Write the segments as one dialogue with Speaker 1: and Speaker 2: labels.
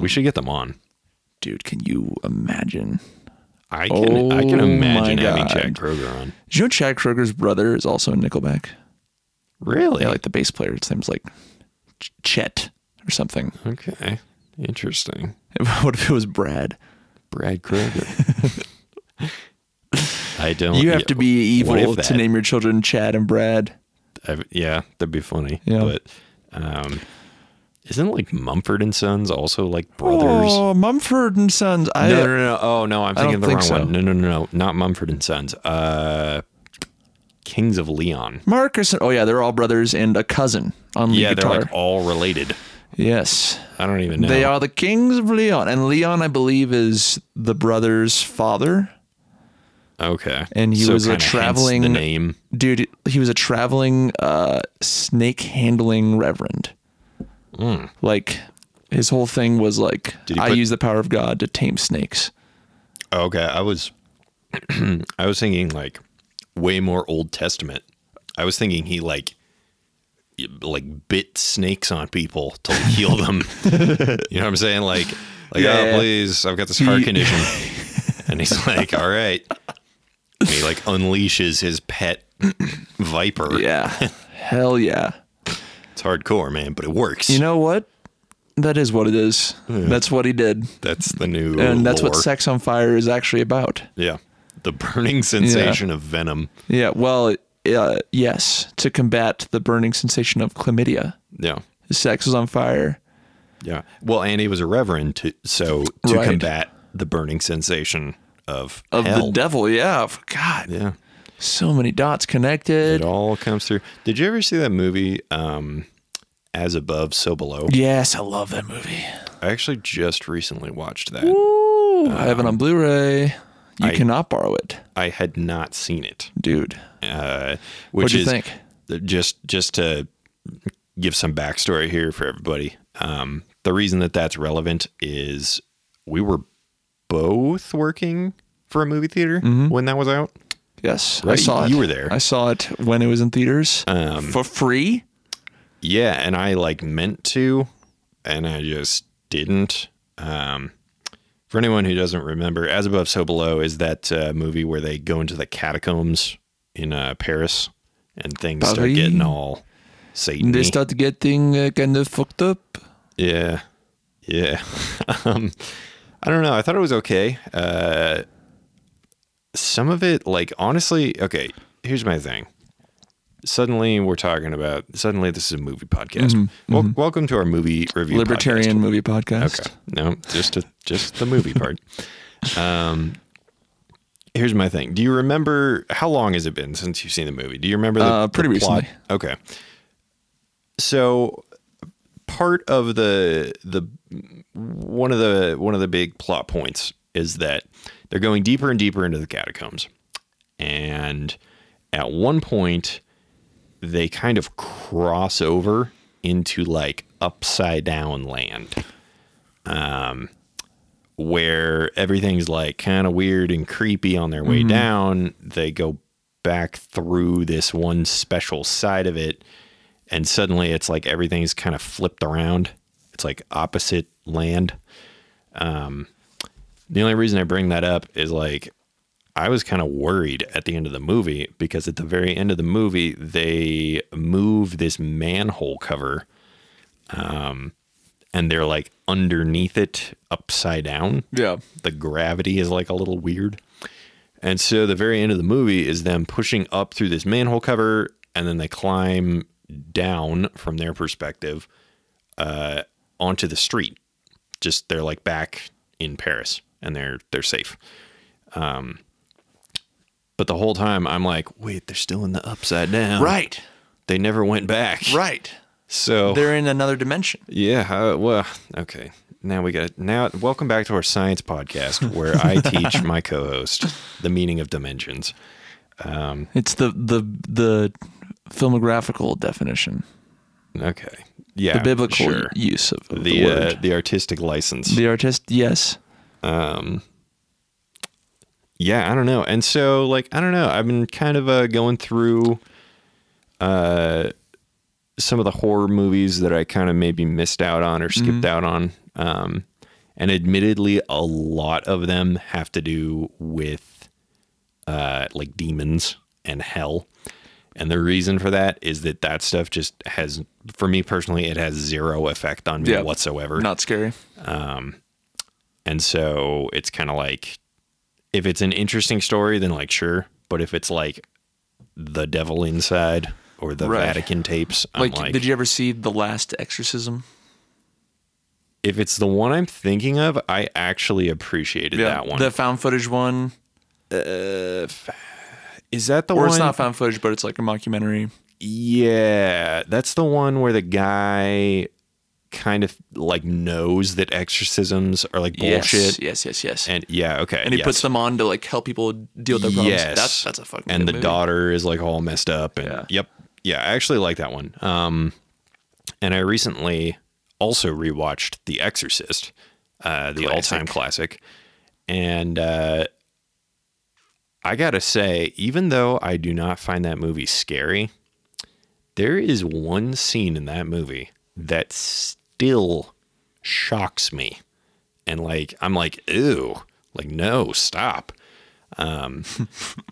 Speaker 1: we should get them on.
Speaker 2: Dude, can you imagine?
Speaker 1: I can I can
Speaker 2: Oh my
Speaker 1: imagine having
Speaker 2: God.
Speaker 1: Chad Kroger on.
Speaker 2: Did you know Chad Kroger's brother is also in Nickelback?
Speaker 1: Really?
Speaker 2: Yeah, like the bass player. His name's like Ch- Chet or something.
Speaker 1: okay. Interesting.
Speaker 2: what if it was Brad?
Speaker 1: Brad Kroger. I don't.
Speaker 2: You have to be
Speaker 1: What
Speaker 2: evil
Speaker 1: if
Speaker 2: to
Speaker 1: that?
Speaker 2: name your children Chad and Brad.
Speaker 1: I- yeah, that'd be funny.
Speaker 2: Yeah.
Speaker 1: But um, isn't like Mumford and Sons also like brothers?
Speaker 2: Oh, Mumford and Sons. I, uh,
Speaker 1: no, no, no. Oh no, I'm
Speaker 2: I
Speaker 1: thinking
Speaker 2: don't
Speaker 1: of the
Speaker 2: think
Speaker 1: wrong
Speaker 2: so.
Speaker 1: one. No, no, no, no, not Mumford and Sons. Uh, Kings of Leon.
Speaker 2: Marcus. And, oh yeah, they're all brothers and a cousin on lead
Speaker 1: Yeah,
Speaker 2: guitar.
Speaker 1: they're like all related.
Speaker 2: yes,
Speaker 1: I don't even know.
Speaker 2: they are the kings of Leon, and Leon, I believe, is the brother's father.
Speaker 1: Okay.
Speaker 2: And he
Speaker 1: So
Speaker 2: was a
Speaker 1: kinda hence
Speaker 2: traveling-
Speaker 1: the name.
Speaker 2: Dude, he was a traveling uh, snake handling reverend. Like his whole thing was like,
Speaker 1: Hmm. Did he
Speaker 2: I
Speaker 1: put-
Speaker 2: use the power of God to tame snakes.
Speaker 1: Oh, Okay, I was I was thinking like way more Old Testament. I was thinking he like like bit snakes on people to heal them. you know what I'm saying? Like like
Speaker 2: Yeah,
Speaker 1: oh
Speaker 2: yeah.
Speaker 1: please, I've got this heart
Speaker 2: He-
Speaker 1: condition. and he's like, "All right." And he like unleashes his pet viper.
Speaker 2: Yeah, hell yeah.
Speaker 1: It's hardcore, man, but it works.
Speaker 2: You know what? That is what it is. That's what he did.
Speaker 1: that's the new
Speaker 2: And that's what
Speaker 1: lore.
Speaker 2: Sex on Fire is actually about.
Speaker 1: Yeah. The burning sensation of venom.
Speaker 2: Yeah, well, uh, yes, to combat the burning sensation of chlamydia.
Speaker 1: Yeah.
Speaker 2: Sex is on fire.
Speaker 1: Yeah. Well, and he was a reverend, to, so to
Speaker 2: Right.
Speaker 1: combat the burning sensation of
Speaker 2: Of
Speaker 1: hell.
Speaker 2: the devil, yeah. F- God,
Speaker 1: yeah,
Speaker 2: so many dots
Speaker 1: it
Speaker 2: connected.
Speaker 1: all comes through. Did you ever see that movie, um, As Above, So Below?
Speaker 2: Yes, I love that movie.
Speaker 1: I actually just recently watched that.
Speaker 2: Ooh, I have it on Blu ray. You
Speaker 1: I-
Speaker 2: cannot borrow it,
Speaker 1: I had not seen it.
Speaker 2: dude.
Speaker 1: Uh, which
Speaker 2: What'd you
Speaker 1: is
Speaker 2: think?
Speaker 1: just just to give some backstory here for everybody. Um, the reason that that's relevant is we were both working for a movie theater
Speaker 2: Mm-hmm.
Speaker 1: when that was out.
Speaker 2: Yes, I
Speaker 1: Right,
Speaker 2: saw it.
Speaker 1: you were there.
Speaker 2: I saw it when it was in theaters
Speaker 1: Um,
Speaker 2: for free.
Speaker 1: Yeah, and I like meant to, and I just didn't. Um, for anyone who doesn't remember, As Above, So Below is that uh, movie where they go into the catacombs in uh, Paris and things start
Speaker 2: Paris.
Speaker 1: getting all Satan.
Speaker 2: They start getting uh, kind of fucked up.
Speaker 1: Yeah, yeah. um, I don't know. I thought it was okay. Uh, some of it, like honestly, okay. Here's my thing. Suddenly, we're talking about. Suddenly, this is a movie podcast. Wel- Welcome to our movie review.
Speaker 2: Libertarian
Speaker 1: podcast.
Speaker 2: movie podcast.
Speaker 1: Okay. No, just a, just the movie part. Um, here's my thing. Do you remember how long has it been since you've seen the movie? Do you remember the
Speaker 2: Uh, pretty
Speaker 1: the plot?
Speaker 2: recently.
Speaker 1: Okay. So part of the the one of the one of the big plot points is that they're going deeper and deeper into the catacombs. And at one point they kind of cross over into like upside down land where everything's like kind of weird and creepy on their way down. They go back through this one special side of it, and suddenly it's like everything's kind of flipped around. It's like opposite land. Um, the only reason I bring that up is like I was kind of worried at the end of the movie because at the very end of the movie they move this manhole cover um, and they're like underneath it upside down
Speaker 2: Yeah.
Speaker 1: the gravity is like a little weird. And so the very end of the movie is them pushing up through this manhole cover and then they climb down from their perspective uh, onto the street. Just they're like back in Paris and they're they're safe. Um, but the whole time I'm like, wait, they're still in the upside down.
Speaker 2: Right.
Speaker 1: They never went back.
Speaker 2: Right.
Speaker 1: So
Speaker 2: They're in another dimension.
Speaker 1: yeah. Uh, well, okay. Now we got now. Welcome back to our science podcast, where I teach my co-host the meaning of dimensions.
Speaker 2: It's the the the filmographical definition,
Speaker 1: Okay. Yeah.
Speaker 2: the biblical
Speaker 1: Uh, Sure.
Speaker 2: use of, of the,
Speaker 1: The uh,
Speaker 2: word.
Speaker 1: the artistic license.
Speaker 2: the artist, yes.
Speaker 1: yeah. I don't know. And so, like, I don't know. I've been kind of uh, going through uh some of the horror movies that I kind of maybe missed out on or skipped out on Um, and admittedly, a lot of them have to do with uh, like demons and hell. And the reason for that is that that stuff just has, for me personally, it has zero effect on me
Speaker 2: Yeah.
Speaker 1: whatsoever.
Speaker 2: Not scary.
Speaker 1: And so it's kind of like if it's an interesting story, then like sure. But if it's like the devil inside or the
Speaker 2: Right.
Speaker 1: Vatican tapes, I'm
Speaker 2: Like,
Speaker 1: like,
Speaker 2: did you ever see The Last Exorcism?
Speaker 1: if it's the one I'm thinking of, I actually appreciated that one.
Speaker 2: The found footage one.
Speaker 1: Is that the
Speaker 2: Or
Speaker 1: one?
Speaker 2: it's not found footage, but it's like a mockumentary.
Speaker 1: yeah, that's the one where the guy kind of like knows that exorcisms are like bullshit.
Speaker 2: Yes, yes, yes, yes.
Speaker 1: And
Speaker 2: And,
Speaker 1: yeah, okay.
Speaker 2: he
Speaker 1: yes.
Speaker 2: puts them on to like help people deal with their problems.
Speaker 1: Yes,
Speaker 2: That's that's a fucking
Speaker 1: And
Speaker 2: good
Speaker 1: the
Speaker 2: movie.
Speaker 1: daughter is like all messed up. And
Speaker 2: Yeah.
Speaker 1: yep, yeah, I actually like that one. Um, and I recently also rewatched The Exorcist, uh, the all-time classic, and uh, I gotta say, even though I do not find that movie scary, there is one scene in that movie that still shocks me. And like, I'm like, ew, like, no, stop. Um,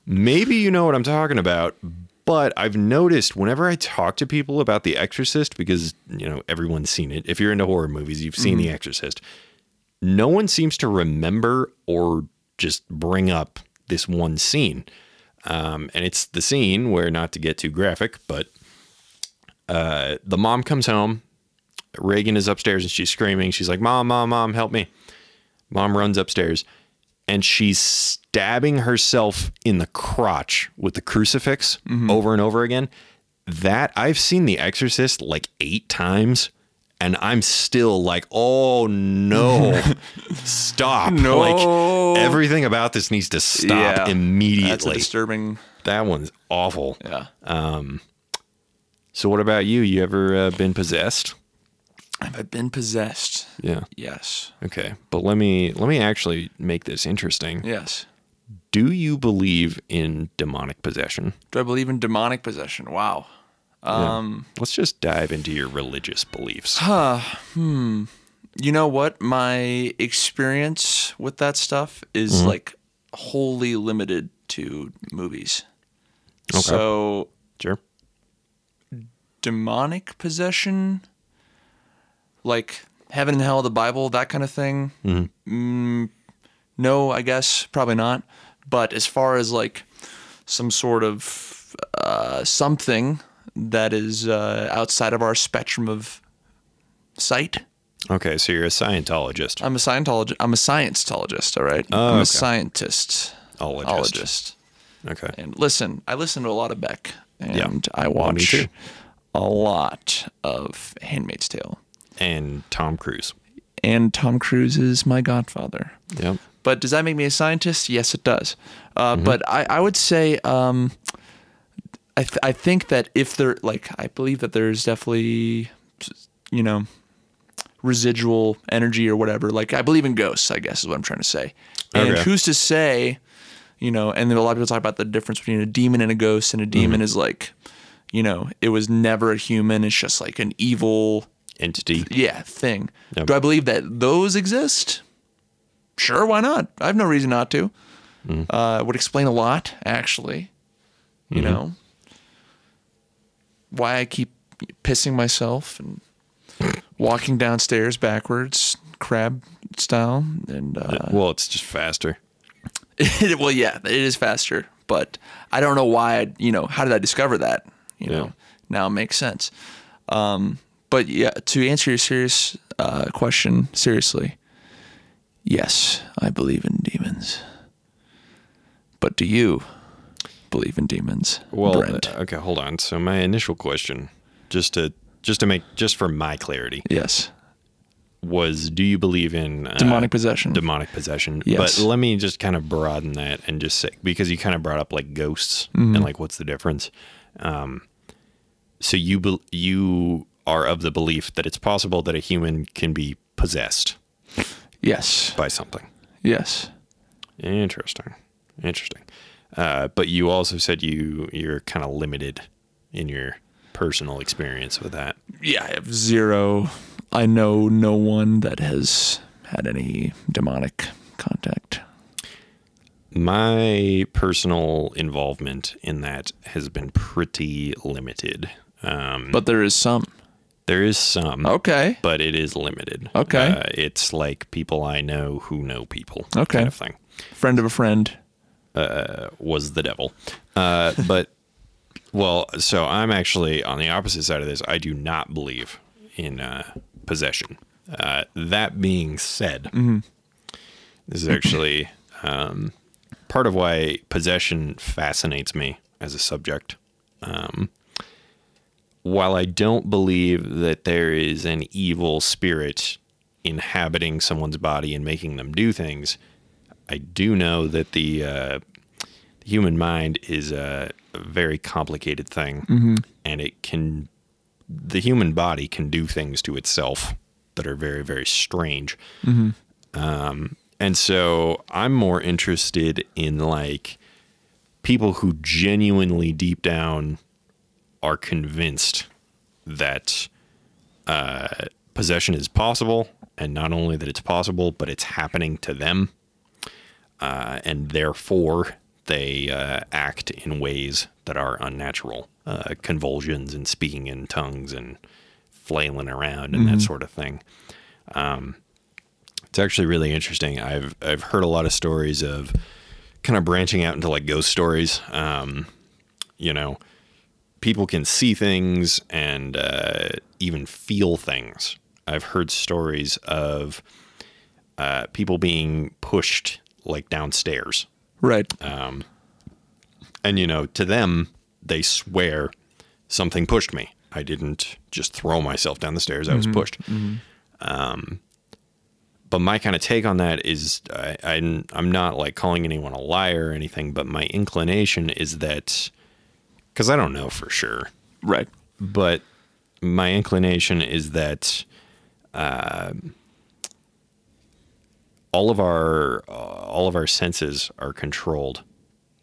Speaker 1: maybe you know what I'm talking about, but I've noticed whenever I talk to people about The Exorcist, because, you know, everyone's seen it. If you're into horror movies, you've seen The Exorcist. No one seems to remember or just bring up this one scene. Um, and it's the scene where, not to get too graphic, but uh, the mom comes home. Reagan is upstairs and she's screaming. She's like, Mom, Mom, Mom, help me. Mom runs upstairs and she's stabbing herself in the crotch with the crucifix
Speaker 2: Mm-hmm.
Speaker 1: over and over again. That I've seen The Exorcist like eight times and I'm still like, oh no, stop.
Speaker 2: No.
Speaker 1: Like everything about this needs to stop
Speaker 2: Yeah. That's a
Speaker 1: immediately.
Speaker 2: disturbing.
Speaker 1: that one's awful.
Speaker 2: Yeah.
Speaker 1: So, what about you? You ever uh, been possessed?
Speaker 2: Have I been possessed?
Speaker 1: Yeah.
Speaker 2: Yes.
Speaker 1: Okay, but let me let me actually make this interesting.
Speaker 2: Yes.
Speaker 1: Do you believe in demonic possession?
Speaker 2: Do I believe in demonic possession? Wow. Um,
Speaker 1: Let's just dive into your religious beliefs.
Speaker 2: You know what? My experience with that stuff is like wholly limited to movies. So
Speaker 1: Sure.
Speaker 2: demonic possession, like heaven and hell, the Bible, that kind of thing. Mm, no, I guess probably not. But as far as like some sort of uh, something that is uh, outside of our spectrum of sight,
Speaker 1: Okay, so you're a Scientologist.
Speaker 2: I'm a Scientologist. I'm a scientologist. All right, I'm
Speaker 1: okay.
Speaker 2: a scientist.
Speaker 1: Ologist.
Speaker 2: Ologist.
Speaker 1: Okay.
Speaker 2: And listen, I listen to a lot of Beck, and
Speaker 1: Yeah.
Speaker 2: I
Speaker 1: me
Speaker 2: watch
Speaker 1: too.
Speaker 2: a lot of Handmaid's Tale.
Speaker 1: And Tom Cruise.
Speaker 2: And Tom Cruise is my godfather.
Speaker 1: Yep.
Speaker 2: But does that make me a scientist? Yes, it does. Uh, But I, I would say um, I, th- I think that if there, like, I believe that there's definitely, you know, residual energy or whatever. Like, I believe in ghosts, I guess is what I'm trying to say. And
Speaker 1: Okay.
Speaker 2: who's to say, you know, and then a lot of people talk about the difference between a demon and a ghost, and a demon is like, you know, it was never a human. It's just like an evil
Speaker 1: Entity.
Speaker 2: yeah thing.
Speaker 1: Yep.
Speaker 2: Do I believe that those exist? Sure, why not? I have no reason not to. Uh, would explain a lot, actually. You know why I keep pissing myself and walking downstairs backwards, crab style, and uh,
Speaker 1: well, it's just faster.
Speaker 2: well, yeah, it is faster, but I don't know why. I, you know, how did I discover that? You
Speaker 1: Yeah.
Speaker 2: know, now it makes sense. Um, but yeah, to answer your serious uh, question seriously, yes, I believe in demons. But do you believe in demons,
Speaker 1: Well,
Speaker 2: Brent?
Speaker 1: uh, okay, hold on. So my initial question, just to just to make just for my clarity,
Speaker 2: yes,
Speaker 1: was do you believe in uh,
Speaker 2: demonic possession.
Speaker 1: demonic possession.
Speaker 2: Yes.
Speaker 1: But let me just kind of broaden that and just say because you kind of brought up like ghosts and like what's the difference. Um, so you bel you are of the belief that it's possible that a human can be possessed
Speaker 2: yes,
Speaker 1: by something.
Speaker 2: yes,
Speaker 1: Interesting, interesting. Uh, but you also said you you're kind of limited in your personal experience with that.
Speaker 2: yeah. I have zero I know no one that has had any demonic contact.
Speaker 1: My personal involvement in that has been pretty limited. Um,
Speaker 2: But there is some.
Speaker 1: there is some,
Speaker 2: Okay.
Speaker 1: but it is limited.
Speaker 2: Okay.
Speaker 1: Uh, it's like people I know who know people.
Speaker 2: Okay.
Speaker 1: Kind of thing.
Speaker 2: Friend of a friend.
Speaker 1: was the devil. Uh, but well, so I'm actually on the opposite side of this. I do not believe in uh, possession. Uh, that being said, this is actually um, part of why possession fascinates me as a subject. Um, while I don't believe that there is an evil spirit inhabiting someone's body and making them do things, I do know that the uh, human mind is a very complicated thing and it can the human body can do things to itself that are very very strange um, and so i'm more interested in like people who genuinely deep down are convinced that uh, possession is possible and not only that it's possible but it's happening to them uh, and therefore they uh, act in ways that are unnatural uh, convulsions and speaking in tongues and flailing around and that sort of thing um, it's actually really interesting I've, I've heard a lot of stories of kind of branching out into like ghost stories um, you know people can see things and uh, even feel things i've heard stories of uh, people being pushed like downstairs.
Speaker 2: Right.
Speaker 1: Uh, And, you know, to them, they swear something pushed me. I didn't just throw myself down the stairs. I was pushed. Um, but my kind of take on that is I, I'm, I'm not like calling anyone a liar or anything, but my inclination is that, because I don't know for sure,
Speaker 2: right.
Speaker 1: but my inclination is that uh, all of our uh, all of our senses are controlled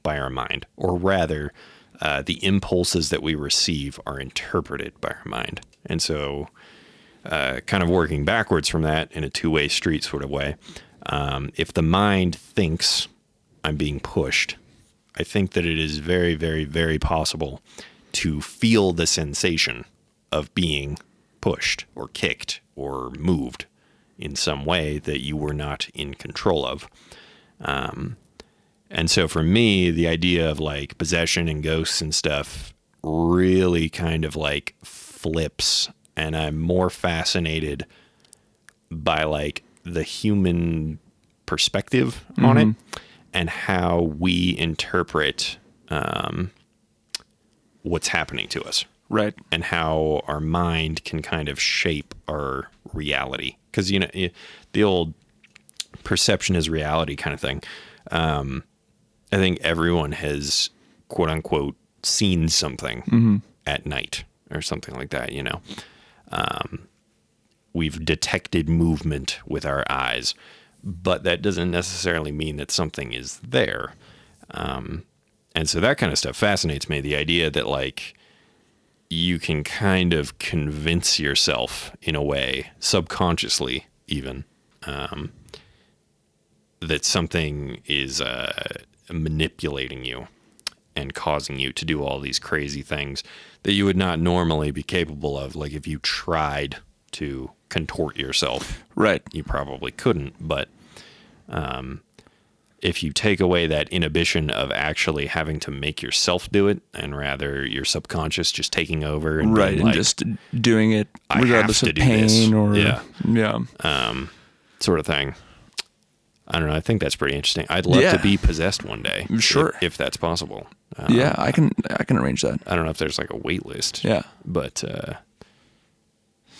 Speaker 1: by our mind, or rather, uh, the impulses that we receive are interpreted by our mind, and so. Uh, kind of working backwards from that in a two-way street sort of way. Um, if the mind thinks I'm being pushed, I think that it is very, very, very possible to feel the sensation of being pushed or kicked or moved in some way that you were not in control of. Um, and so for me, the idea of like possession and ghosts and stuff really kind of like flips. And I'm more fascinated by like the human perspective on it and how we interpret um, what's happening to us
Speaker 2: Right.
Speaker 1: and how our mind can kind of shape our reality because you know i- the old perception is reality kind of thing um, i think everyone has quote unquote seen something at night or something like that you know Um, we've detected movement with our eyes, but that doesn't necessarily mean that something is there. Um, and so that kind of stuff fascinates me. The idea that like you can kind of convince yourself in a way, subconsciously even, um, that something is uh, manipulating you and causing you to do all these crazy things that you would not normally be capable of. Like if you tried to contort yourself,
Speaker 2: Right.
Speaker 1: you probably couldn't. But um, if you take away that inhibition of actually having to make yourself do it, and rather your subconscious just taking over and being
Speaker 2: Right. and
Speaker 1: like,
Speaker 2: just doing it
Speaker 1: I
Speaker 2: regardless
Speaker 1: have
Speaker 2: of
Speaker 1: to do this.
Speaker 2: pain or
Speaker 1: Yeah. Uh,
Speaker 2: yeah.
Speaker 1: sort of thing. I don't know. I think that's pretty interesting. I'd love
Speaker 2: Yeah.
Speaker 1: to be possessed one day, if-
Speaker 2: Sure.
Speaker 1: if, that's possible. Uh,
Speaker 2: yeah. I can I can arrange that.
Speaker 1: I don't know if there's like a wait list.
Speaker 2: Yeah.
Speaker 1: but uh,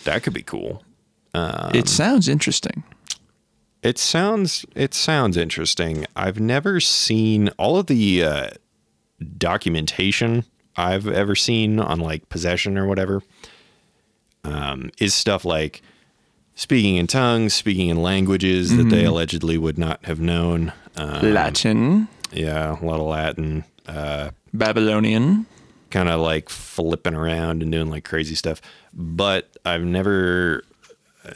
Speaker 1: that could be cool. Um,
Speaker 2: it sounds interesting.
Speaker 1: It sounds it sounds interesting. I've never seen all of the uh, documentation I've ever seen on like possession or whatever. Um, is stuff like speaking in tongues, speaking in languages that they allegedly would not have known. Uh,
Speaker 2: Latin,
Speaker 1: yeah, a lot of Latin.
Speaker 2: Babylonian.
Speaker 1: kind of like flipping around and doing like crazy stuff. But I've never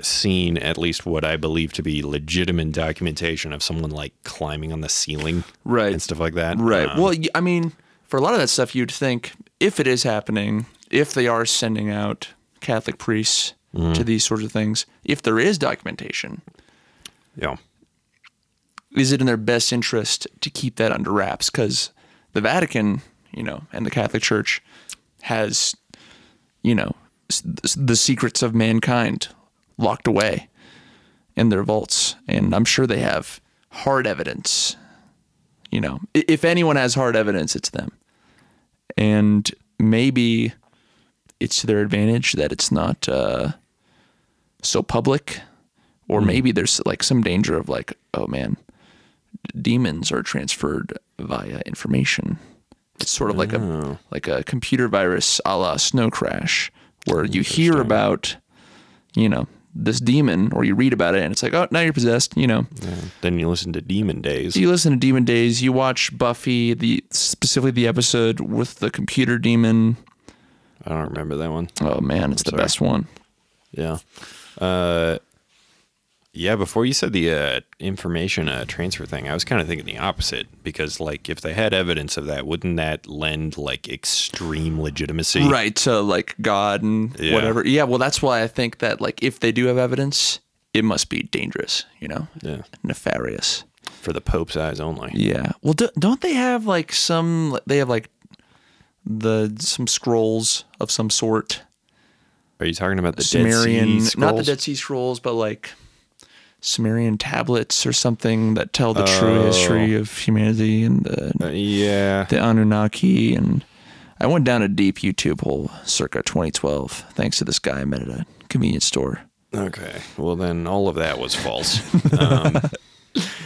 Speaker 1: seen at least what I believe to be legitimate documentation of someone like climbing on the ceiling,
Speaker 2: Right.
Speaker 1: and stuff like that.
Speaker 2: Right.
Speaker 1: Um,
Speaker 2: well, y- I mean, for a lot of that stuff, you'd think if it is happening, if they are sending out Catholic priests
Speaker 1: Mm.
Speaker 2: to these sorts of things, if there is documentation,
Speaker 1: yeah,
Speaker 2: is it in their best interest to keep that under wraps? Because the Vatican, you know, and the Catholic Church has, you know, s- s- the secrets of mankind locked away in their vaults. And I'm sure they have hard evidence. You know, I- if anyone has hard evidence, it's them. And maybe it's to their advantage that it's not uh, so public. Or maybe there's like some danger of like, oh man, demons are transferred via information. It's sort of like a like a computer virus a la snow crash, where you hear about, you know, this demon or you read about it and it's like, oh now you're possessed, you know.
Speaker 1: then you listen to Demon Days.
Speaker 2: So you listen to Demon Days, you watch Buffy, the specifically the episode with the computer demon.
Speaker 1: I don't remember that one.
Speaker 2: Oh man, it's the best one.
Speaker 1: Yeah. Uh, yeah. Before you said the uh, information uh, transfer thing, I was kind of thinking the opposite because, like, if they had evidence of that, wouldn't that lend like extreme legitimacy?
Speaker 2: Right, to like God and
Speaker 1: Yeah.
Speaker 2: whatever. Yeah, well that's why I think that like if they do have evidence, it must be dangerous, you know?
Speaker 1: Yeah.
Speaker 2: Nefarious.
Speaker 1: For the Pope's eyes only.
Speaker 2: Yeah. Well, do, don't they have like some? They have like the some scrolls of some sort.
Speaker 1: Are you talking about the
Speaker 2: Sumerian,
Speaker 1: Dead Sea
Speaker 2: not the
Speaker 1: Scrolls?
Speaker 2: Dead Sea Scrolls, but like Sumerian tablets or something that tell the true
Speaker 1: Oh.
Speaker 2: history of humanity and the
Speaker 1: Uh, yeah.
Speaker 2: the Anunnaki. And I went down a deep YouTube hole circa 2012, thanks to this guy I met at a convenience store.
Speaker 1: Okay. Well, then all of that was false. um,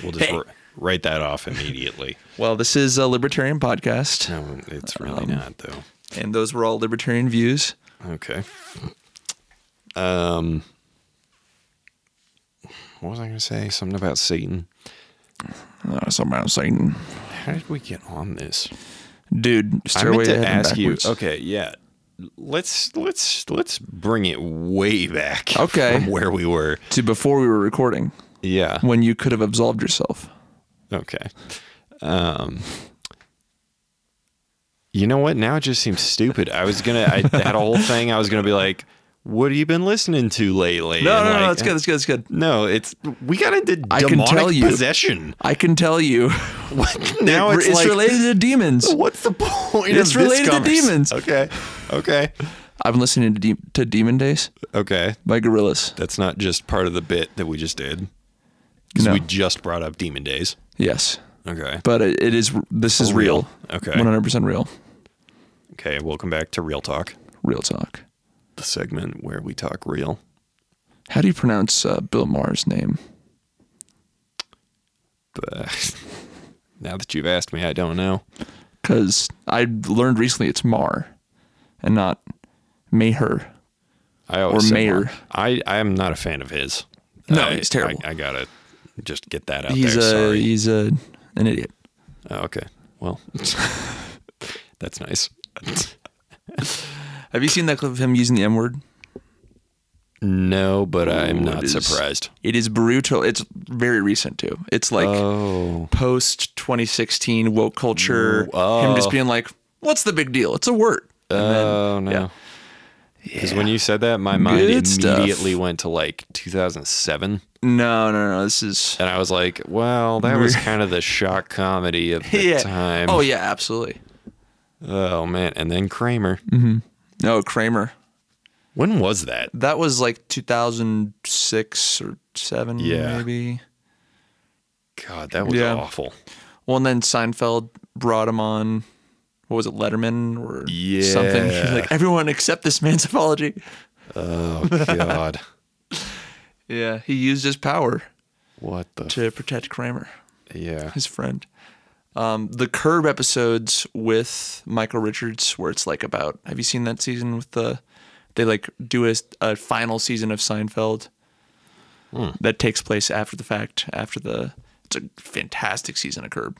Speaker 1: we'll just wr- write that off immediately.
Speaker 2: Well, this is a libertarian podcast,
Speaker 1: No, it's really
Speaker 2: Um,
Speaker 1: not though.
Speaker 2: and those were all libertarian views.
Speaker 1: Okay. Um, what was I going to say? Something about Satan. Oh,
Speaker 2: Uh, so I'm saying,
Speaker 1: How did we get on this?
Speaker 2: dude, stairway
Speaker 1: I meant to
Speaker 2: Heaven
Speaker 1: ask
Speaker 2: backwards.
Speaker 1: you. Okay, yeah. Let's let's let's bring it way back.
Speaker 2: Okay.
Speaker 1: From where we were.
Speaker 2: to before we were recording
Speaker 1: Yeah.
Speaker 2: when you could have absolved yourself.
Speaker 1: Okay. Um. You know what? Now it just seems stupid. I was gonna. I had a whole thing. I was gonna be like, "What have you been listening to lately?"
Speaker 2: No,
Speaker 1: And
Speaker 2: no, no,
Speaker 1: like-
Speaker 2: that's good. That's good. That's good.
Speaker 1: No, it's we got into
Speaker 2: I can
Speaker 1: demonic
Speaker 2: tell you.
Speaker 1: possession.
Speaker 2: I can tell you.
Speaker 1: What? now it's, like,
Speaker 2: related to demons.
Speaker 1: what's the point?
Speaker 2: It's
Speaker 1: of this
Speaker 2: related to
Speaker 1: conversation?
Speaker 2: demons.
Speaker 1: Okay, okay,
Speaker 2: I've been listening to, De- to Demon Days
Speaker 1: okay.
Speaker 2: by Gorillaz.
Speaker 1: That's not just part of the bit that we just did because
Speaker 2: No.
Speaker 1: we just brought up Demon Days.
Speaker 2: Yes,
Speaker 1: Okay,
Speaker 2: but it, it is. This is real.
Speaker 1: Okay.
Speaker 2: One hundred percent real.
Speaker 1: okay. Welcome back to Real Talk,
Speaker 2: Real talk.
Speaker 1: the segment where we talk real.
Speaker 2: How do you pronounce uh, Bill Maher's name?
Speaker 1: But now that you've asked me, I don't know.
Speaker 2: Because I learned recently it's Mar, and not Maher.
Speaker 1: I always
Speaker 2: Or
Speaker 1: say
Speaker 2: mayor.
Speaker 1: Mark. I I am not a fan of his.
Speaker 2: No,
Speaker 1: I-
Speaker 2: he's terrible.
Speaker 1: I, I gotta just get that out
Speaker 2: He's uh,
Speaker 1: there.
Speaker 2: a
Speaker 1: Sorry.
Speaker 2: he's a an idiot.
Speaker 1: Oh, okay. Well, that's nice.
Speaker 2: Have you seen that clip of him using the M word?
Speaker 1: No, but I'm
Speaker 2: Ooh,
Speaker 1: not
Speaker 2: it is-
Speaker 1: surprised.
Speaker 2: It is brutal. It's very recent too. It's like
Speaker 1: Oh,
Speaker 2: post 2016 woke culture.
Speaker 1: oh.
Speaker 2: Him just being like, "What's the big deal? It's a word." And
Speaker 1: oh no. Because when you said that, my mind
Speaker 2: Good stuff.
Speaker 1: immediately went to like 2007,
Speaker 2: then, no, no, no. This is
Speaker 1: and I was like, "Well, that was kind of the shock comedy of the
Speaker 2: yeah.
Speaker 1: time."
Speaker 2: Oh yeah, absolutely.
Speaker 1: Oh, man! And then Kramer.
Speaker 2: No, Kramer.
Speaker 1: When was that?
Speaker 2: That was like 2006 or seven,
Speaker 1: Yeah.
Speaker 2: maybe.
Speaker 1: God, that was
Speaker 2: Yeah.
Speaker 1: awful.
Speaker 2: Well, and then Seinfeld brought him on. What was it, Letterman or something?
Speaker 1: Yeah.
Speaker 2: like everyone accept this man's apology.
Speaker 1: Oh God,
Speaker 2: Yeah, he used his power
Speaker 1: what the?
Speaker 2: to protect Kramer.
Speaker 1: f- yeah,
Speaker 2: his friend. Um, the Curb episodes with Michael Richards, where it's like about. Have you seen that season with the? They like do a, a final season of Seinfeld
Speaker 1: Hmm.
Speaker 2: that takes place after the fact. After the, it's a fantastic season of Curb.